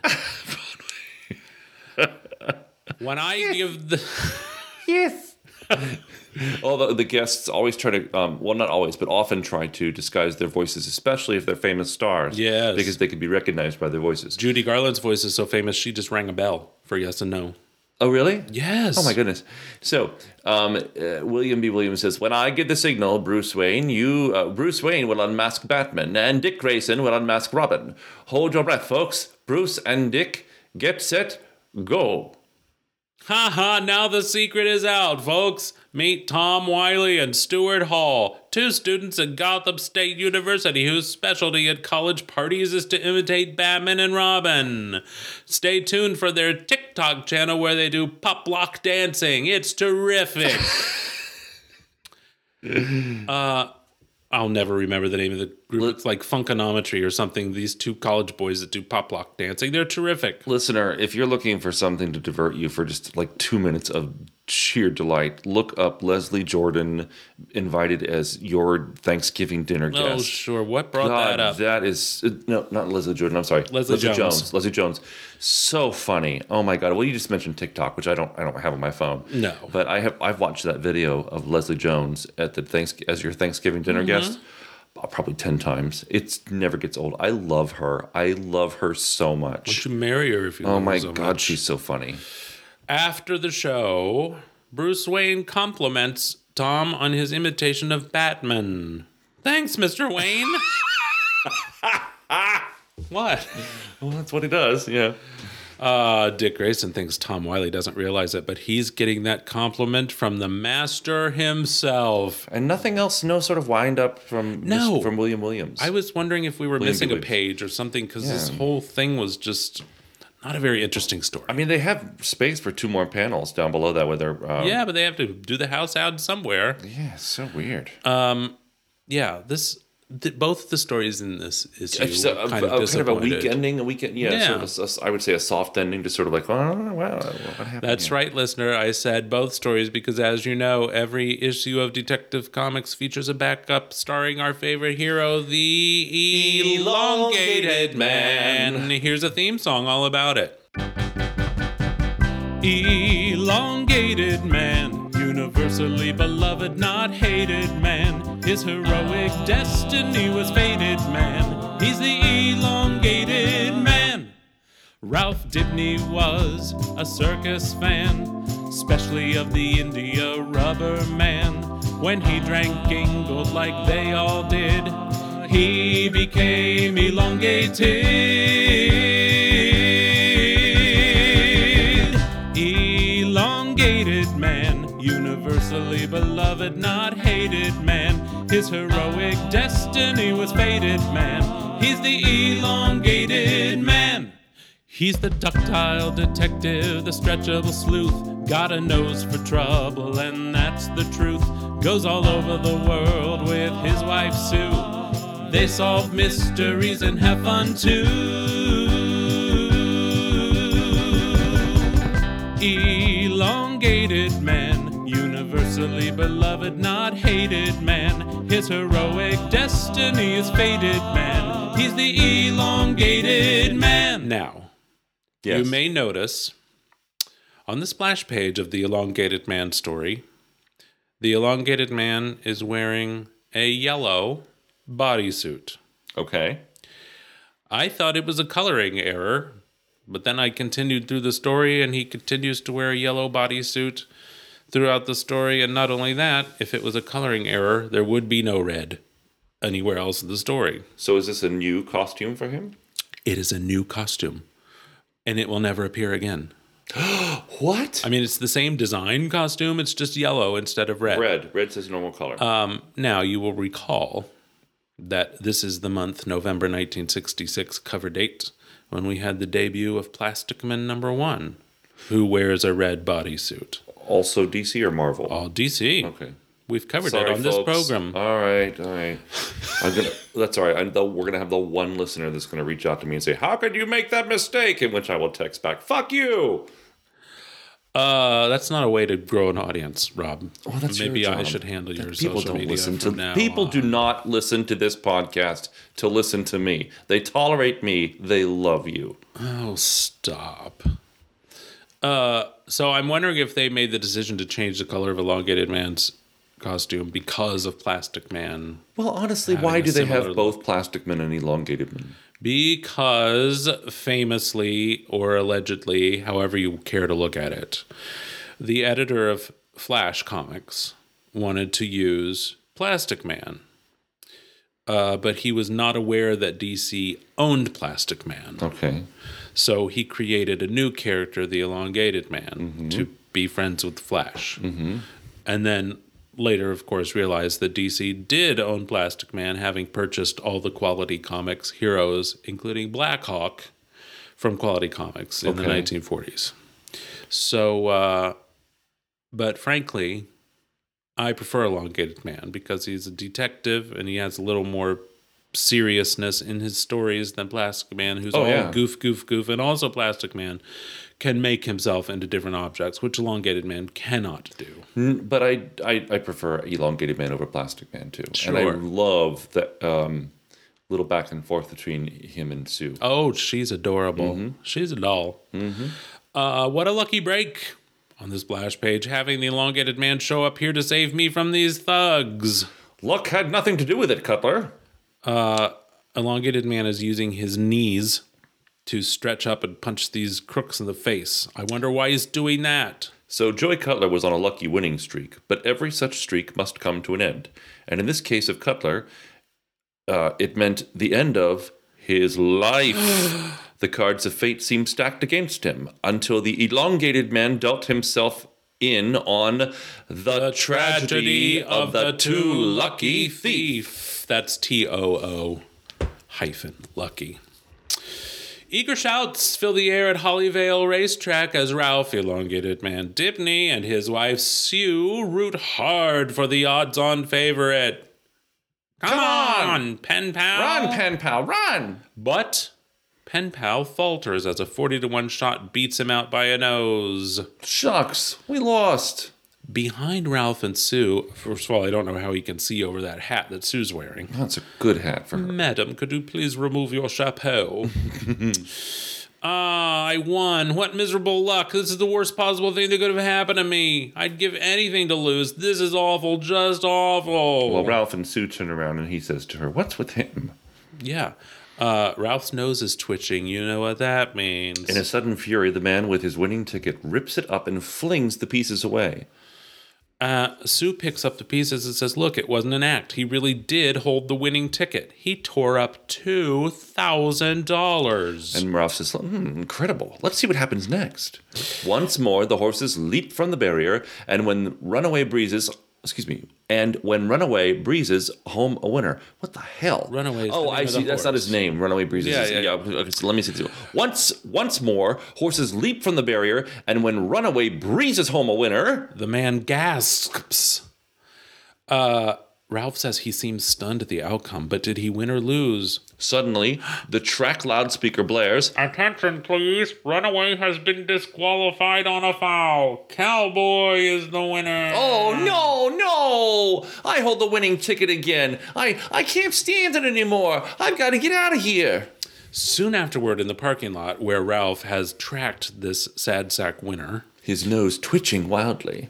S1: when I give the.
S6: Although the guests always try to, um, well, not always, but often try to disguise their voices, especially if they're famous stars.
S1: Yes.
S6: Because they can be recognized by their voices.
S1: Judy Garland's voice is so famous, she just rang a bell for yes and no.
S6: Oh, really?
S1: Yes.
S6: Oh, my goodness. So, um, uh, William B. Williams says, When I give the signal, Bruce Wayne, you, uh, Bruce Wayne will unmask Batman, and Dick Grayson will unmask Robin. Hold your breath, folks. Bruce and Dick, get set, go.
S1: Ha ha, now the secret is out, folks. Meet Tom Wiley and Stuart Hall, two students at Gotham State University whose specialty at college parties is to imitate Batman and Robin. Stay tuned for their TikTok channel where they do pop lock dancing. It's terrific. uh, I'll never remember the name of the group. It's like Funkonometry or something. These two college boys that do pop lock dancing. They're terrific.
S6: Listener, if you're looking for something to divert you for just like two minutes of sheer delight. Look up Leslie Jordan invited as your Thanksgiving dinner
S1: Oh,
S6: guest.
S1: sure. What brought that up?
S6: That is uh, no, not Leslie Jordan. I'm sorry,
S1: Leslie Jones.
S6: Leslie Jones, so funny. Oh my god. Well, you just mentioned TikTok, which I don't, I don't have on my phone.
S1: No.
S6: but I have. I've watched that video of Leslie Jones at the thanks as your Thanksgiving dinner
S1: Mm-hmm.
S6: guest. uh, Probably ten times. It's never gets old. I love her. I love her so
S1: You
S6: much.
S1: should marry her if you
S6: Oh
S1: love her
S6: my
S1: so
S6: god,
S1: much.
S6: she's so funny.
S1: After the show, Bruce Wayne compliments Tom on his imitation of Batman. Thanks, Mr. Wayne. what?
S6: Well, that's what he does. Yeah.
S1: Uh, Dick Grayson thinks Tom Wiley doesn't realize it, but he's getting that compliment from the master himself.
S6: And nothing else, no sort of wind up from
S1: No.
S6: from William Williams.
S1: I was wondering if we were
S6: William
S1: missing a
S6: Gibson.
S1: page or something because this
S6: Yeah.
S1: whole thing was just not a very interesting story.
S6: I mean, they have space for two more panels down below that where they're. Um,
S1: yeah, but they have to do the house out somewhere.
S6: Yeah, it's so weird.
S1: Uh, Yeah, this th- both the stories in this is
S6: It's
S1: you
S6: a,
S1: were kind,
S6: a-
S1: of
S6: kind of a
S1: disappointed.
S6: weak ending, a weekend. Yeah,
S1: Yeah.
S6: Sort of a s- a s- I would say a soft ending, just sort of like, oh, wow, what happened?
S1: That's right, listener. I said both stories because, as you know, every issue of Detective Comics features a backup starring our favorite hero, the Elongated Man. Here's a theme song all about it Elongated Man, universally beloved, not hated man. His heroic destiny was fated, man. He's the Elongated Man. Ralph Dibney was a circus fan, especially of the India Rubber Man. When he drank Gingold like they all did, he became elongated. Elongated man, universally beloved, not hated man. His heroic destiny was fated, man. He's the elongated man. He's the ductile detective, the stretchable sleuth. Got a nose for trouble, and that's the truth. Goes all over the world with his wife Sue. They solve mysteries and have fun too. Elongated man, universally beloved, not hated man. His heroic destiny is fated, man. He's the elongated man. Now,
S6: Yes.
S1: you may notice on the splash page of the Elongated Man story, the Elongated Man is wearing a yellow bodysuit.
S6: Okay.
S1: I thought it was a coloring error, but then I continued through the story, and he continues to wear a yellow bodysuit throughout the story. And not only that, if it was a coloring error, there would be no red anywhere else in the story.
S6: So is this a new costume for him?
S1: It is a new costume, and it will never appear again.
S6: What?
S1: I mean, it's the same design costume, it's just yellow instead of red.
S6: red. Red's his normal color.
S1: Uh, Now, you will recall that this is the month, November 1966, cover date, when we had the debut of Plastic Man number one, who wears a red bodysuit.
S6: also DC or Marvel?
S1: All DC.
S6: okay.
S1: We've covered
S6: Sorry,
S1: it on this
S6: folks. Uh,
S1: program.
S6: All right, all right. I'm gonna. that's all right. I'm the, we're gonna have the one listener that's gonna reach out to me and say, "How could you make that mistake?" In which I will text back, "Fuck you."
S1: Uh, that's not a way to grow an audience, Rob.
S6: Well, Oh, that's your
S1: Maybe I
S6: job.
S1: should handle
S6: That
S1: your
S6: people
S1: social
S6: don't
S1: media
S6: listen
S1: from
S6: to
S1: now
S6: people
S1: on.
S6: do not listen to this podcast to listen to me. They tolerate me. They love you.
S1: Oh, stop. Uh, so I'm wondering if they made the decision to change the color of Elongated Man's costume because of Plastic Man
S6: Well, honestly,
S1: Having
S6: why
S1: a
S6: do they
S1: similar
S6: have both plastic men and elongated men?
S1: Because famously or allegedly, however you care to look at it, the editor of Flash Comics wanted to use Plastic Man. Uh, but he was not aware that DC owned Plastic Man.
S6: Okay.
S1: So he created a new character, the Elongated Man, to be friends with Flash. And then later, of course, realized that DC did own Plastic Man, having purchased all the Quality Comics heroes, including Black Hawk, from Quality Comics in
S6: Okay.
S1: the 1940s. So, uh, but frankly, I prefer Elongated Man because he's a detective and he has a little more seriousness in his stories than Plastic Man, who's
S6: Oh,
S1: all
S6: yeah.
S1: goof, goof, goof, and also Plastic Man can make himself into different objects, which Elongated Man cannot do.
S6: But I, I I prefer Elongated Man over Plastic Man too, and I
S1: Sure.
S6: love that um, little back and forth between him and Sue.
S1: Oh, she's adorable.
S6: Mm-hmm.
S1: She's a doll. Uh, what a lucky break on this splash page, having the elongated man show up here to save me from these thugs.
S6: Luck had nothing to do with it, Cutler.
S1: Uh, Elongated man is using his knees to stretch up and punch these crooks in the face. I wonder why he's doing that.
S6: So Joey Cutler was on a lucky winning streak, but every such streak must come to an end. And in this case of Cutler, uh, it meant the end of his life. the cards of fate seemed stacked against him until the elongated man dealt himself in on the, tragedy, of the too lucky thief.
S1: That's T O O hyphen lucky. Eager shouts fill the air at Hollyvale Racetrack as Ralph, elongated man Dibney, and his wife Sue root hard for the odds on favorite. Come,
S6: on!
S1: on, Pen Pal!
S6: Run, pen pal, run!
S1: But Pen Pal falters as a 40 to 1 shot beats him out by a nose.
S6: Shucks, we lost.
S1: Behind Ralph and Sue, first of all, I don't know how he can see over that hat that Sue's wearing.
S6: That's a good hat for her.
S1: Madam, could you please remove your chapeau? Ah, I won. What miserable luck. This is the worst possible thing that could have happened to me. I'd give anything to lose. This is awful, just awful.
S6: Well, Ralph and Sue turn around and he says to her, What's with him?
S1: yeah. Uh, Ralph's nose is twitching. You know what that means.
S6: In a sudden fury, the man with his winning ticket rips it up and flings the pieces away.
S1: Uh, Sue picks up the pieces and says, Look, it wasn't an act. He really did hold the winning ticket. He tore up $2,000.
S6: And Ralph says, hmm, Incredible. Let's see what happens next. Once more, the horses leap from the barrier, and when runaway breezes, excuse me, and when runaway breezes, home a winner. What the hell?
S1: Runaway is the
S6: Oh,
S1: name
S6: I
S1: of the
S6: see. That's not his
S1: horse.
S6: name. Runaway breezes.
S1: Yeah,
S6: is-
S1: yeah,
S6: Okay, so let me see this. Once, once more, horses leap from the barrier, and when runaway breezes, home a winner.
S1: The man gasps. Uh, Ralph says he seems stunned at the outcome, but did he win or lose?
S6: Suddenly, the track loudspeaker blares,
S1: Attention, please. Runaway has been disqualified on a foul. Cowboy is the winner.
S6: Oh no, no! I hold the winning ticket again. I I can't stand it anymore. I've got to get out of here.
S1: Soon afterward, in the parking lot where Ralph has tracked this sad sack winner,
S6: His nose twitching wildly.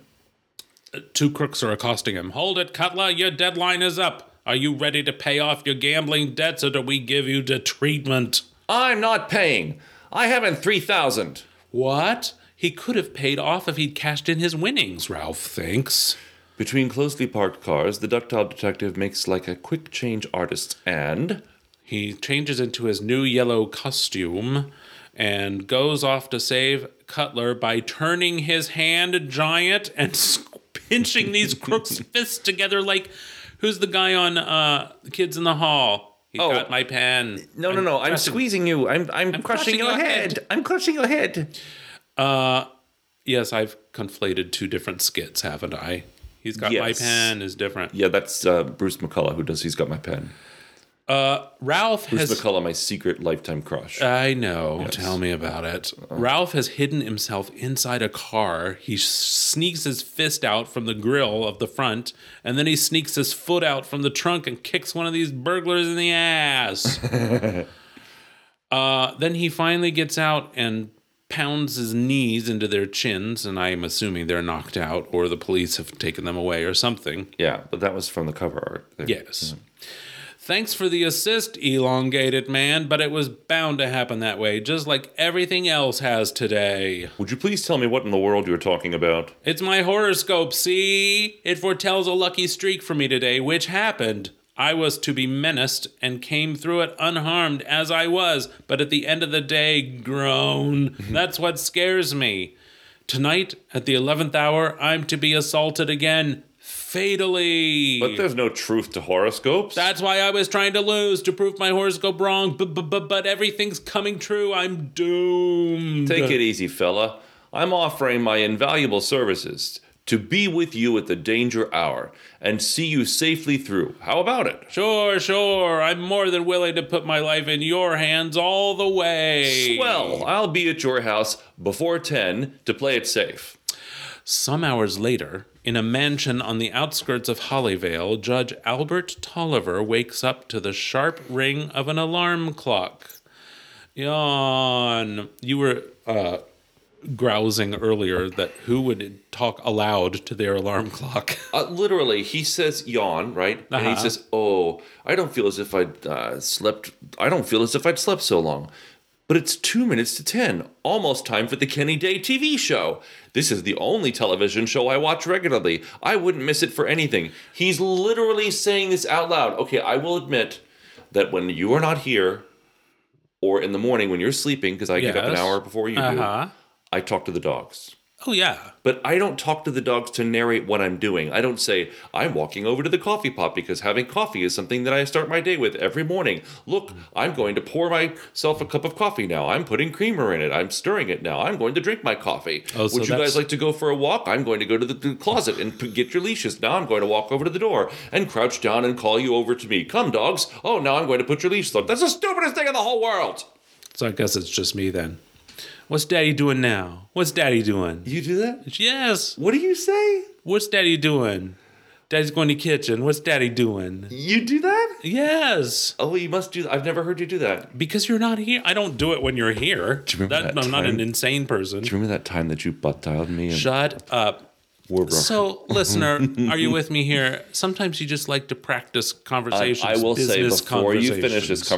S1: two crooks are accosting him. Hold it, Cutler. Your deadline is up. Are you ready to pay off your gambling debts or do we give you the treatment?
S6: I'm not paying. I haven't three thousand.
S1: What? He could have paid off if he'd cashed in his winnings, Ralph thinks.
S6: Between closely parked cars, the ductile detective makes like a quick change artist and
S1: He changes into his new yellow costume and goes off to save Cutler by turning his hand giant and s- pinching these crooks' fists together like who's the guy on uh, Kids in the Hall? He
S6: Oh.
S1: got my pen.
S6: no, no, no! I'm
S1: pressing-
S6: squeezing you. I'm I'm, crushing, your, head. I'm crushing your head.
S1: Yes, I've conflated two different skits, haven't I? He's got my
S6: Yes.
S1: pen is different.
S6: Yeah, that's uh, Bruce McCullough who does. He's got my pen.
S1: Ralph
S6: Bruce
S1: has
S6: McCullough, my secret lifetime crush.
S1: I know. Tell me about it.
S6: Uh-huh.
S1: Ralph has hidden himself inside a car. He sneaks his fist out from the grill of the front, and then he sneaks his foot out from the trunk and kicks one of these burglars in the ass. uh, then he finally gets out and pounds his knees into their chins, and I'm assuming they're knocked out or the police have taken them away or something.
S6: yeah, but that was from the cover art. There.
S1: Yes. Thanks for the assist, elongated man, but it was bound to happen that way, just like everything else has today.
S6: Would you please tell me what in the world you're talking about?
S1: It's my horoscope, see? It foretells a lucky streak for me today, which happened. I was to be menaced and came through it unharmed as I was, but at the end of the day, groan. That's what scares me. Tonight, at the 11th hour, I'm to be assaulted again, fatally.
S6: But there's no truth to horoscopes.
S1: That's why I was trying to lose to prove my horoscope wrong. But but but but everything's coming true. I'm doomed.
S6: Take it easy, fella. I'm offering my invaluable services to be with you at the danger hour and see you safely through. How about it?
S1: Sure, sure. I'm more than willing to put my life in your hands all the way.
S6: Well, I'll be at your house before 10 to play it safe.
S1: Some hours later, in a mansion on the outskirts of Hollyvale, Judge Albert Tolliver wakes up to the sharp ring of an alarm clock. Yawn. You were uh, grousing earlier that who would talk aloud to their alarm clock?
S6: Uh, literally, he says yawn, right? And he
S1: Uh-huh.
S6: says, Oh, I don't feel as if I'd uh, slept. I don't feel as if I'd slept so long. But it's two minutes to 10, almost time for the Kenny Day TV show. This is the only television show I watch regularly. I wouldn't miss it for anything. He's literally saying this out loud. Okay, I will admit that when you are not here, or in the morning when you're sleeping, because I get up an
S1: Yes.
S6: hour before you
S1: Uh-huh.
S6: do, I talk to the dogs.
S1: oh, yeah.
S6: But I don't talk to the dogs to narrate what I'm doing. I don't say, I'm walking over to the coffee pot because having coffee is something that I start my day with every morning. Look, I'm going to pour myself a cup of coffee now. I'm putting creamer in it. I'm stirring it now. I'm going to drink my coffee.
S1: Oh, so
S6: Would you
S1: that's-
S6: guys like to go for a walk? I'm going to go to the, the closet and p- get your leashes. Now I'm going to walk over to the door and crouch down and call you over to me. Come, dogs. Oh, now I'm going to put your leashes on. That's the stupidest thing in the whole world.
S1: So I guess it's just me then. What's daddy doing now? What's daddy doing?
S6: You do that?
S1: Yes.
S6: What do you say?
S1: What's daddy doing? Daddy's going to kitchen. What's daddy doing?
S6: You do that?
S1: Yes.
S6: Oh, you must do. I've never heard you do that.
S1: Because you're not here. I don't do it when you're here.
S6: you remember that
S1: I'm not
S6: time?
S1: an insane person.
S6: Do you remember that time that you butt dialed me? And
S1: Shut up.
S6: we're rough?
S1: So, listener, are you with me here? Sometimes you just like to practice
S6: I,
S1: conversations.
S6: I will say
S1: business
S6: before you finish this
S1: conversations.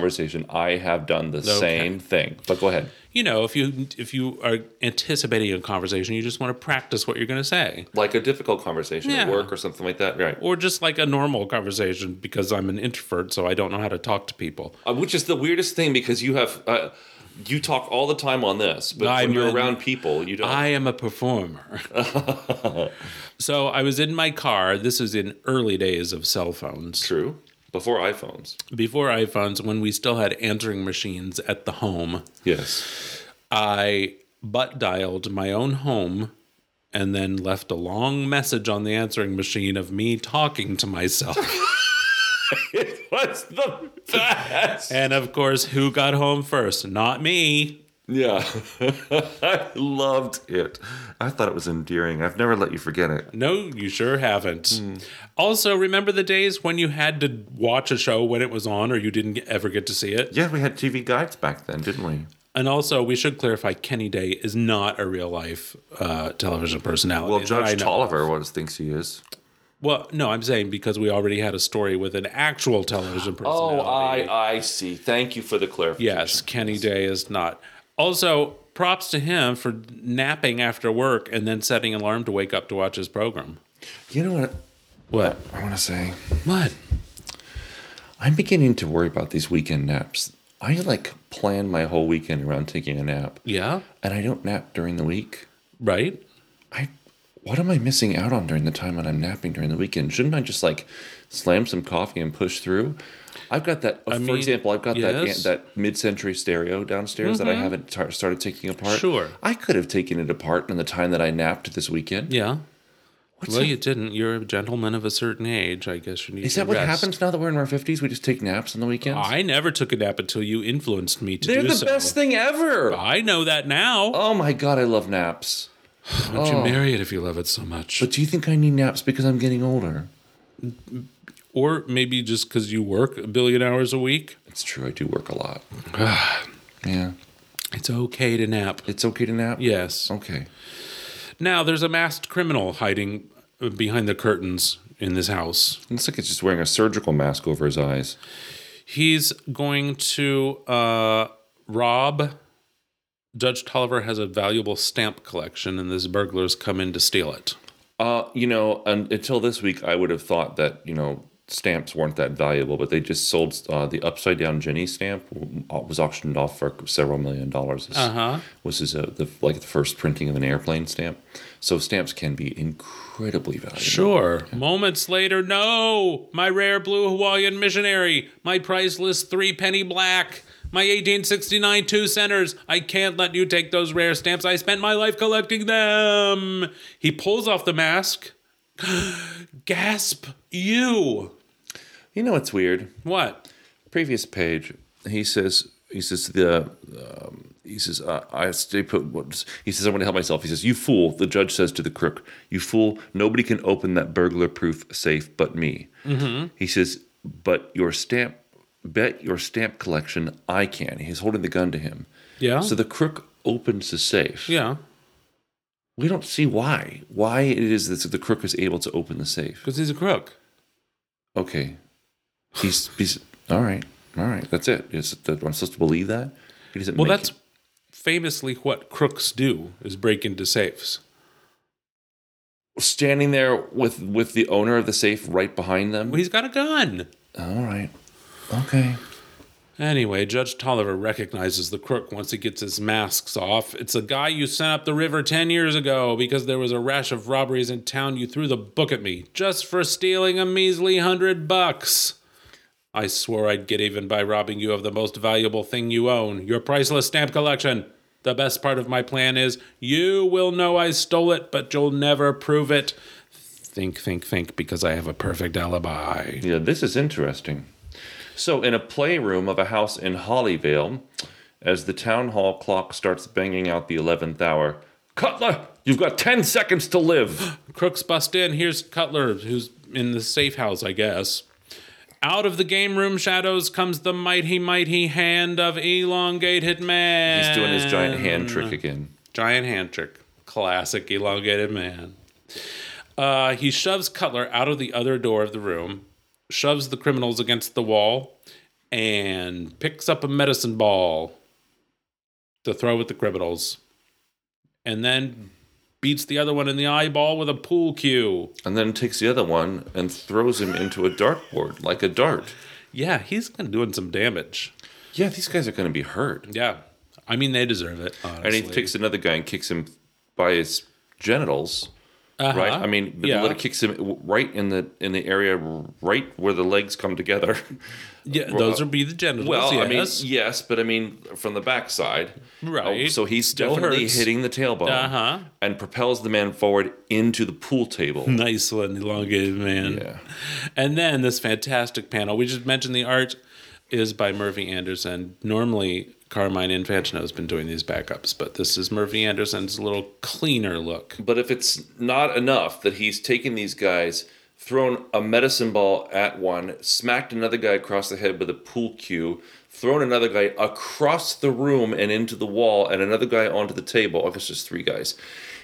S6: conversation, I have done the same thing. But go ahead.
S1: you know, if you if you are anticipating a conversation, you just want to practice what you're going to say,
S6: Like a difficult conversation at
S1: Yeah.
S6: work or something like that, right?
S1: or just like a normal conversation because I'm an introvert, so I don't know how to talk to people.
S6: Uh, which is the weirdest thing because you have uh, you talk all the time on this, but
S1: I'm
S6: when you're
S1: an-
S6: around people, you don't.
S1: I am a performer. so I was in my car. This is in early days of cell phones.
S6: true. Before iPhones.
S1: Before iPhones, when we still had answering machines at the home,
S6: Yes.
S1: I butt dialed my own home and then left a long message on the answering machine of me talking to myself.
S6: It was the best.
S1: and of course, who got home first? Not me.
S6: Yeah. I loved it. I thought it was endearing. I've never let you forget it.
S1: No, you sure haven't.
S6: Hmm.
S1: Also, remember the days when you had to watch a show when it was on or you didn't ever get to see it?
S6: Yeah, we had TV guides back then, didn't we?
S1: And also, we should clarify Kenny Day is not a real life uh, television personality.
S6: Well,
S1: that I
S6: Judge
S1: know.
S6: Tolliver was, thinks he is.
S1: Well, no, I'm saying because we already had a story with an actual television personality.
S6: Oh, I see. Thank you for the clarification.
S1: Yes, Kenny Day is not. Also, props to him for napping after work and then setting an alarm to wake up to watch his program.
S6: You know what
S1: What?
S6: I want to say?
S1: What?
S6: I'm beginning to worry about these weekend naps. I like plan my whole weekend around taking a nap,
S1: Yeah,
S6: and I don't nap during the week.
S1: right?
S6: I what am I missing out on during the time when I'm napping during the weekend? Shouldn't I just like slam some coffee and push through? I've got that. for
S1: mean,
S6: example, I've got
S1: yes. Mm-hmm.
S6: that that mid-century stereo downstairs that I haven't tar- started taking apart.
S1: Sure.
S6: I could have taken it apart in the time that I napped this weekend.
S1: Yeah.
S6: What's
S1: Well,
S6: up?
S1: you didn't. You're a gentleman of a certain age. I guess you need
S6: Is
S1: to
S6: that what
S1: rest.
S6: happens now that we're in our fifties? We just take naps on the weekends.
S1: I never took a nap until you influenced me to
S6: They're
S1: do
S6: the
S1: so.
S6: best thing ever.
S1: I know that now.
S6: Oh my god, I love naps.
S1: Why don't you marry it if you love it so much?
S6: But do you think I need naps because I'm getting older?
S1: or maybe just because you work a billion hours a week.
S6: It's true. I do work a lot. yeah,
S1: It's okay to nap.
S6: it's okay to nap.
S1: Yes.
S6: Okay.
S1: Now there's a masked criminal hiding uh, behind the curtains in this house.
S6: Looks like he's just wearing a surgical mask over his eyes.
S1: He's going to uh, rob. Judge Tolliver has a valuable stamp collection, and this burglar's come in to steal it.
S6: Uh, you know, un until this week, I would have thought that you know stamps weren't that valuable, but they just sold uh, the upside down Jenny stamp uh, was auctioned off for several million dollars. Uh huh. Which is uh the like the first printing of an airplane stamp. So stamps can be incredibly valuable.
S1: Sure. Moments later, no! My rare blue Hawaiian missionary, my priceless three penny black, My 1869 two centers. I can't let you take those rare stamps. I spent my life collecting them. He pulls off the mask. Gasp. You.
S6: You know what's weird?
S1: What?
S6: Previous page, he says, he says the, um, he says, uh, I stay put. What, he says, I'm going to help myself. He says, you fool. The judge says to the crook, you fool. Nobody can open that burglar-proof safe but me. He says, but your stamp, bet your stamp collection, I can. He's holding the gun to him.
S1: Yeah.
S6: So the crook opens the safe.
S1: Oh. yeah.
S6: We don't see why. Why it is that the crook is able to open the safe.
S1: Because he's a crook.
S6: Okay. He's, he's all right. All right. That's it. Is it that I'm supposed to believe that? He doesn't
S1: Well,
S6: make
S1: that's
S6: it.
S1: famously what crooks do is break into safes.
S6: standing there with with the owner of the safe right behind them.
S1: Well, he's got a gun.
S6: all right. Okay.
S1: Anyway, Judge Tolliver recognizes the crook once he gets his masks off. It's a guy you sent up the river 10 years ago because there was a rash of robberies in town. You threw the book at me just for stealing a measly hundred bucks. I swore I'd get even by robbing you of the most valuable thing you own your priceless stamp collection. The best part of my plan is you will know I stole it, but you'll never prove it. Think, think, think, because I have a perfect alibi.
S6: Yeah, this is interesting. So, in a playroom of a house in Hollyvale, as the town hall clock starts banging out the 11th hour, Cutler, you've got 10 seconds to live.
S1: Crooks bust in. Here's Cutler, who's in the safe house, I guess. Out of the game room shadows comes the mighty, mighty hand of elongated man.
S6: He's doing his giant hand trick again.
S1: Giant hand trick. Classic elongated man. Uh, he shoves Cutler out of the other door of the room, shoves the criminals against the wall, and picks up a medicine ball to throw at the criminals. And then beats the other one in the eyeball with a pool cue.
S6: And then takes the other one and throws him into a dartboard like a dart.
S1: Yeah, he's been doing some damage.
S6: Yeah, these guys are going to be hurt.
S1: Yeah. I mean, they deserve it, honestly.
S6: And he picks another guy and kicks him by his genitals. Right, I mean, but
S1: Uh-huh. Yeah.
S6: Lita kicks him w- right in the in the area right where the legs come together.
S1: yeah, those would be the genitals.
S6: Well, I mean,
S1: yes.
S6: yes, but I mean from the backside. Oh,
S1: Right.
S6: so he's
S1: Still
S6: definitely
S1: hurts.
S6: hitting the tailbone
S1: Uh-huh.
S6: and propels the man forward into the pool table.
S1: nice one, elongated man.
S6: yeah.
S1: And then this fantastic panel. We just mentioned the art is by Murphy Anderson. Normally, Carmine Infantino has been doing these backups, but this is Murphy Anderson's little cleaner look.
S6: But if it's not enough that he's taken these guys, thrown a medicine ball at one, smacked another guy across the head with a pool cue, thrown another guy across the room and into the wall, and another guy onto the table. I guess just three guys.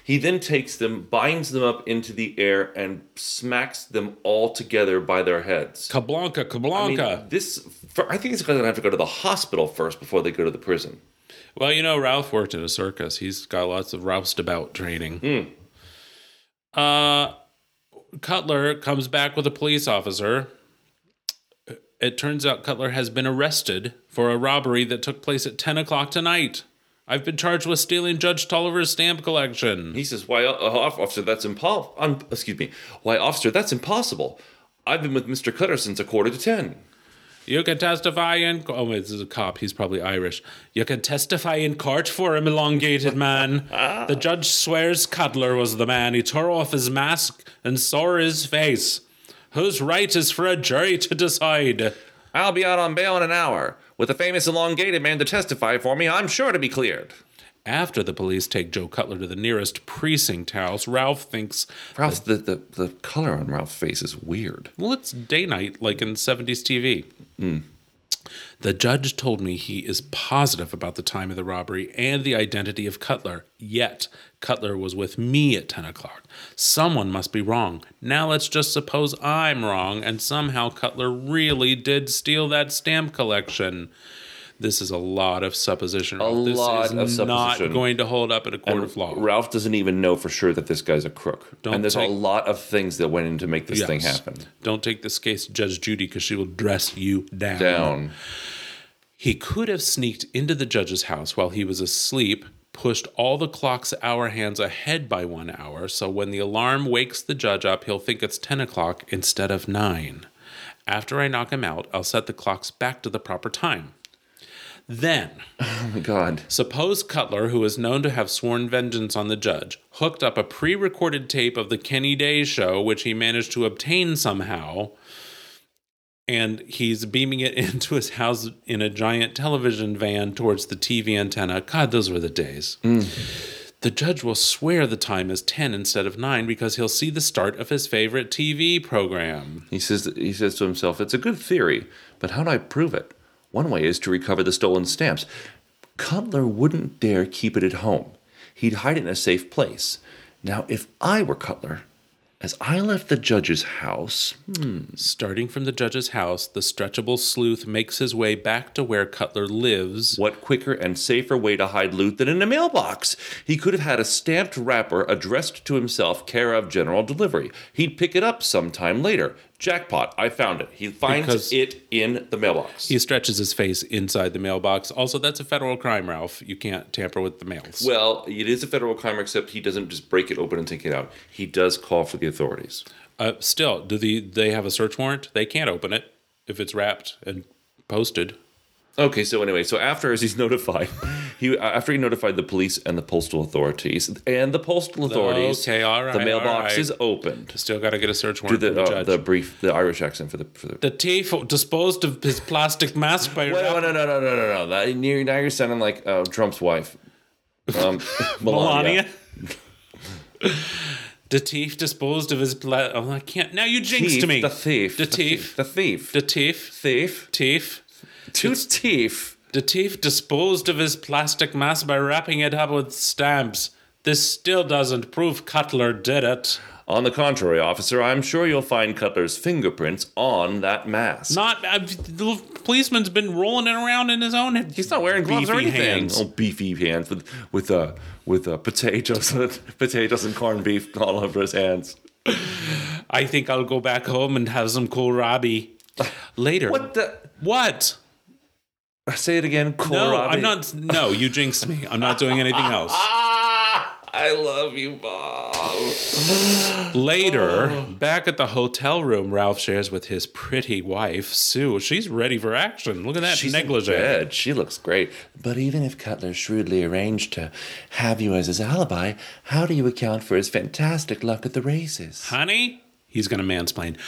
S6: He then takes them, binds them up into the air, and smacks them all together by their heads.
S1: Kablanka,
S6: I mean,
S1: Kablanka.
S6: this, for, I think these guys are gonna have to go to the hospital first before they go to the prison.
S1: Well, you know, Ralph worked at a circus. He's got lots of roustabout training. Uh, Cutler comes back with a police officer. It turns out Cutler has been arrested for a robbery that took place at 10 o'clock tonight. I've been charged with stealing Judge Tolliver's stamp collection.
S6: He says, "Why, uh, off- officer? That's impossible. Um, excuse me. Why, officer? That's impossible. I've been with Mister Cutter since a quarter to ten.
S1: You can testify in. co- Oh, wait, this is a cop. He's probably Irish. You can testify in court for him, elongated man. the judge swears Cutler was the man. He tore off his mask and saw his face. Whose right is for a jury to decide?
S6: I'll be out on bail in an hour with the famous elongated man to testify for me. I'm sure to be cleared."
S1: After the police take Joe Cutler to the nearest precinct house, Ralph thinks,
S6: Ralph, the, the the color on Ralph's face is weird.
S1: well, it's day night like in 70s TV.
S6: Hmm.
S1: The judge told me he is positive about the time of the robbery and the identity of Cutler. Yet, Cutler was with me at 10 o'clock. Someone must be wrong. Now let's just suppose I'm wrong and somehow Cutler really did steal that stamp collection. This is a lot of supposition. A this
S6: lot of
S1: is
S6: supposition.
S1: Not going to hold up in a court of law.
S6: Ralph doesn't even know for sure that this guy's a crook.
S1: Don't
S6: and there's
S1: take-
S6: a lot of things that went into make this thing
S1: Yes.
S6: happen.
S1: Don't take this case to Judge Judy because she will dress you
S6: Down.
S1: He could have sneaked into the judge's house while he was asleep, pushed all the clock's hour hands ahead by one hour, so when the alarm wakes the judge up, he'll think it's 10 o'clock instead of 9. After I knock him out, I'll set the clocks back to the proper time. Then,
S6: Oh my God.
S1: suppose Cutler, who is known to have sworn vengeance on the judge, hooked up a pre recorded tape of the Kenny Day show, which he managed to obtain somehow, and he's beaming it into his house in a giant television van towards the TV antenna. God, those were the days. The judge will swear the time is 10 instead of 9 because he'll see the start of his favorite TV program.
S6: He says he says to himself, "It's a good theory, but how do I prove it? One way is to recover the stolen stamps. Cutler wouldn't dare keep it at home. He'd hide it in a safe place. Now, if I were Cutler, as I left the judge's house,
S1: Starting from the judge's house, the stretchable sleuth makes his way back to where Cutler lives.
S6: what quicker and safer way to hide loot than in a mailbox? He could have had a stamped wrapper addressed to himself, care of general delivery. He'd pick it up sometime later. Jackpot! I found it. He finds
S1: Because-
S6: it in the mailbox.
S1: He stretches his face inside the mailbox. Also, that's a federal crime, Ralph. You can't tamper with the mails.
S6: Well, it is a federal crime, except he doesn't just break it open and take it out. He does call for the authorities.
S1: uh, still, do the, they have a search warrant? They can't open it if it's wrapped and posted.
S6: Okay, so anyway, so after as he's notified, he uh, after he notified the police and the postal authorities and the postal authorities,
S1: Okay, all right,
S6: the mailbox
S1: all right.
S6: is opened.
S1: Still got to get a search
S6: Do
S1: warrant
S6: the
S1: from the
S6: uh,
S1: judge.
S6: the brief the Irish accent for the for the.
S1: the thief disposed of his plastic mask
S6: Wait,
S1: by
S6: no,
S1: wrapping
S6: no, no, no, no, no, no. That, you're- now you're sounding like uh, Trump's wife, um, Melania.
S1: Melania. The thief disposed of his. Pla- oh, I can't. Now you jinxed
S6: Thief,
S1: me.
S6: the thief,
S1: The
S6: the thief,
S1: thief.
S6: the thief,
S1: The thief.
S6: thief,
S1: Thief.
S6: two thief.
S1: The thief disposed of his plastic mask by wrapping it up with stamps. This still doesn't prove Cutler did it.
S6: On the contrary, officer, I'm sure you'll find Cutler's fingerprints on that mask.
S1: Not uh, the policeman's been rolling it around in his own.
S6: He's not wearing gloves or
S1: beefy
S6: anything.
S1: hands.
S6: Oh, beefy hands with with uh, with uh, potatoes, potatoes and corned beef all over his hands.
S1: I think I'll go back home and have some kohlrabi later.
S6: What the?
S1: What?
S6: Say it again.
S1: No,
S6: kohlrabi.
S1: I'm not. No, you jinxed me. I'm not doing anything else.
S6: Ah, I love you, Bob.
S1: Later,
S6: Oh.
S1: back at the hotel room, Ralph shares with his pretty wife, Sue. She's ready for action. Look at that
S6: She's
S1: negligee.
S6: Dead. She looks great. But even if Cutler shrewdly arranged to have you as his alibi, how do you account for his fantastic luck at the races?
S1: Honey, he's going to mansplain.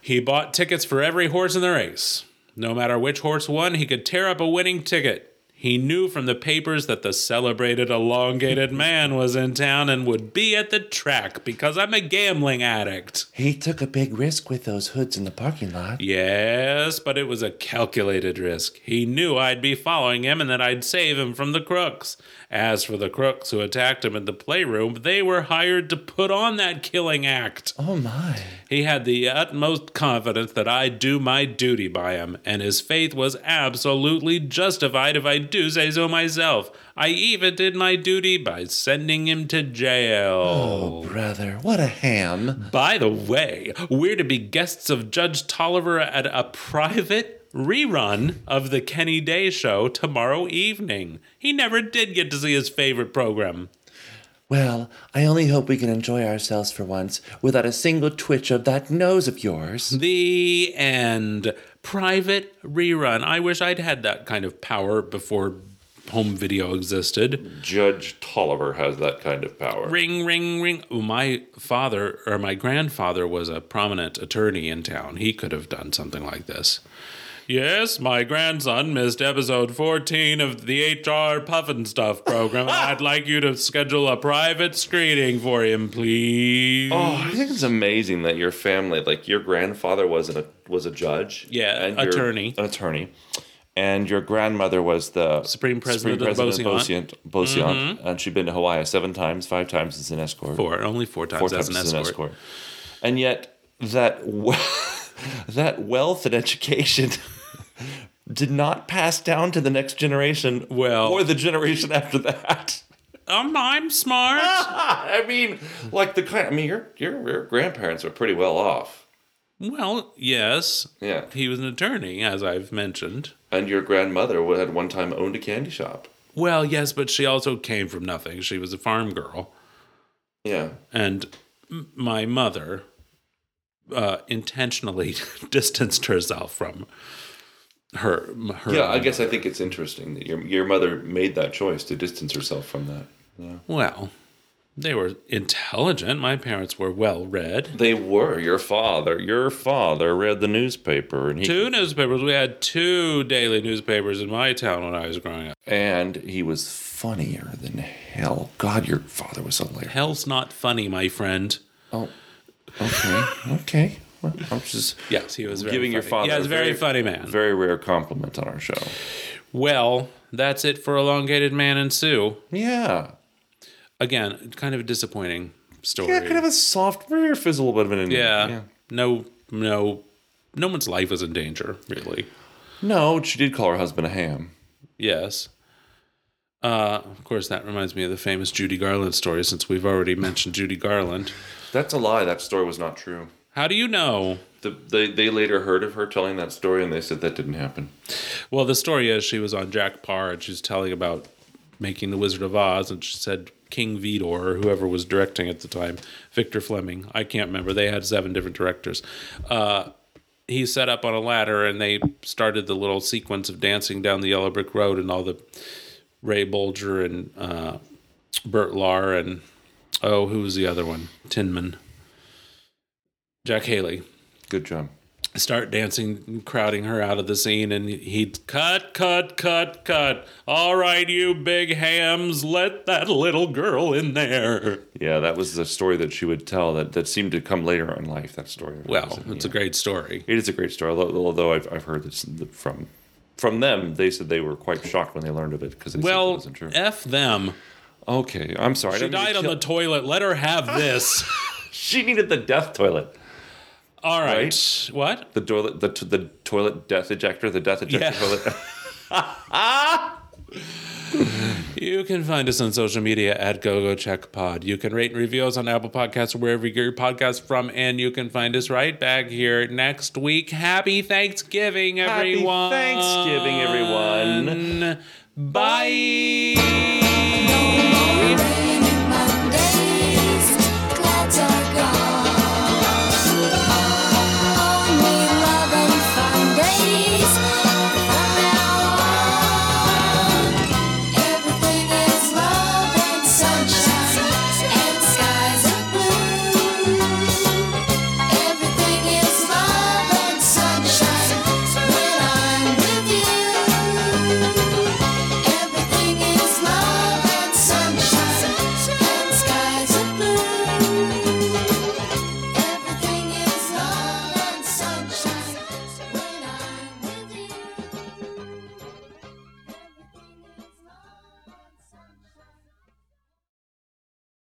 S1: He bought tickets for every horse in the race. No matter which horse won, he could tear up a winning ticket. He knew from the papers that the celebrated elongated man was in town and would be at the track because I'm a gambling addict.
S6: He took a big risk with those hoods in the parking lot.
S1: Yes, but it was a calculated risk. He knew I'd be following him and that I'd save him from the crooks. As for the crooks who attacked him in the playroom, they were hired to put on that killing act.
S6: Oh my.
S1: He had the utmost confidence that I'd do my duty by him, and his faith was absolutely justified if I do say so myself. I even did my duty by sending him to
S6: Oh.
S1: jail.
S6: Brother, what a ham.
S1: By the way, we're to be guests of Judge Tolliver at a private rerun of the Kenny Day show tomorrow evening. He never did get to see his favorite program.
S6: Well, I only hope we can enjoy ourselves for once without a single twitch of that nose of yours.
S1: The end. Private rerun. I wish I'd had that kind of power before home video existed.
S6: Judge Tolliver has that kind of power.
S1: Ring, ring, ring. Ooh, my father or my grandfather was a prominent attorney in town. He could have done something like this. Yes, my grandson missed episode 14 of the HR Puffin Stuff program. I'd like you to schedule a private screening for him, please.
S6: Oh, I think it's amazing that your family, like your grandfather, was an, was a judge.
S1: Yeah,
S6: your-
S1: attorney.
S6: An attorney, and your grandmother was the
S1: Supreme President of Beauseant.
S6: Beauseant, Beauseant, and she'd been to Hawaii seven times, five times as an escort,
S1: Four, only four times,
S6: four
S1: as,
S6: times
S1: an escort.
S6: and yet that we- that wealth and education. Did not pass down to the next generation,
S1: Well-
S6: or the generation after that.
S1: Um, I'm smart.
S6: Ah! I mean, like the kind. I mean, your your, your grandparents are pretty well off.
S1: Well, yes.
S6: Yeah.
S1: He was an attorney, as I've mentioned.
S6: And your grandmother wa- had one time owned a candy shop.
S1: Well, yes, but she also came from nothing. She was a farm girl.
S6: Yeah.
S1: And m- my mother uh, intentionally distanced herself from her. her
S6: Yeah, I guess I think it's interesting that your your mother made that choice to distance herself from that. Yeah.
S1: Well, they were intelligent. My parents were well read.
S6: They were your father. Your father read the newspaper, and he
S1: Two newspapers. We had two daily newspapers in my town when I was growing up.
S6: and he was funnier than hell. God, your father was hilarious.
S1: Hell's not funny, my friend.
S6: Oh, okay, okay. Well, I'm just
S1: Yes, he was very
S6: giving your
S1: funny.
S6: father
S1: Yeah, he's a very, funny man.
S6: Very rare compliment on our show.
S1: well, that's it for elongated man and Sue.
S6: Yeah,
S1: Again, kind of a disappointing story.
S6: yeah, kind of a soft, very fizzle bit of an ending.
S1: Yeah. No, no, no one's life is in danger, really.
S6: No, she did call her husband a ham.
S1: Yes. Uh, of course, that reminds me of the famous Judy Garland story since we've already mentioned Judy Garland.
S6: That's a lie. That story was not true.
S1: How do you know?
S6: The, they they later heard of her telling that story, and they said that didn't happen.
S1: Well, the story is she was on Jack Parr and she's telling about making The Wizard of Oz, and she said King Vidor, or whoever was directing at the time, Victor Fleming, I can't remember. They had seven different directors. Uh, he set up on a ladder and they started the little sequence of dancing down the yellow brick road, and all the Ray Bolger and uh, Bert Lahr and oh, who was the other one? Tinman. Jack Haley
S6: Good job.
S1: start dancing, crowding her out of the scene, and he'd cut, cut, cut, cut. All right, you big hams, let that little girl in there.
S6: Yeah, that was the story that she would tell that, that seemed to come later in life. That story.
S1: Well, it's a great story.
S6: It is a great story, although although I've, I've heard this from from them. They said they were quite shocked when they learned of it because they said it
S1: Well,
S6: wasn't true.
S1: F them.
S6: okay, I'm sorry. I
S1: She
S6: didn't mean to
S1: died on
S6: kill-
S1: the toilet. Let her have this.
S6: she needed the death toilet.
S1: All right. What?
S6: The toilet. The, t- the toilet death ejector. The death ejector
S1: Yeah.
S6: toilet.
S1: You can find us on social media at GoGoCheckPod. You can rate and review us on Apple Podcasts or wherever you get your podcast from, and you can find us right back here next week. Happy Thanksgiving,
S6: Happy
S1: everyone.
S6: Thanksgiving, everyone.
S1: Bye.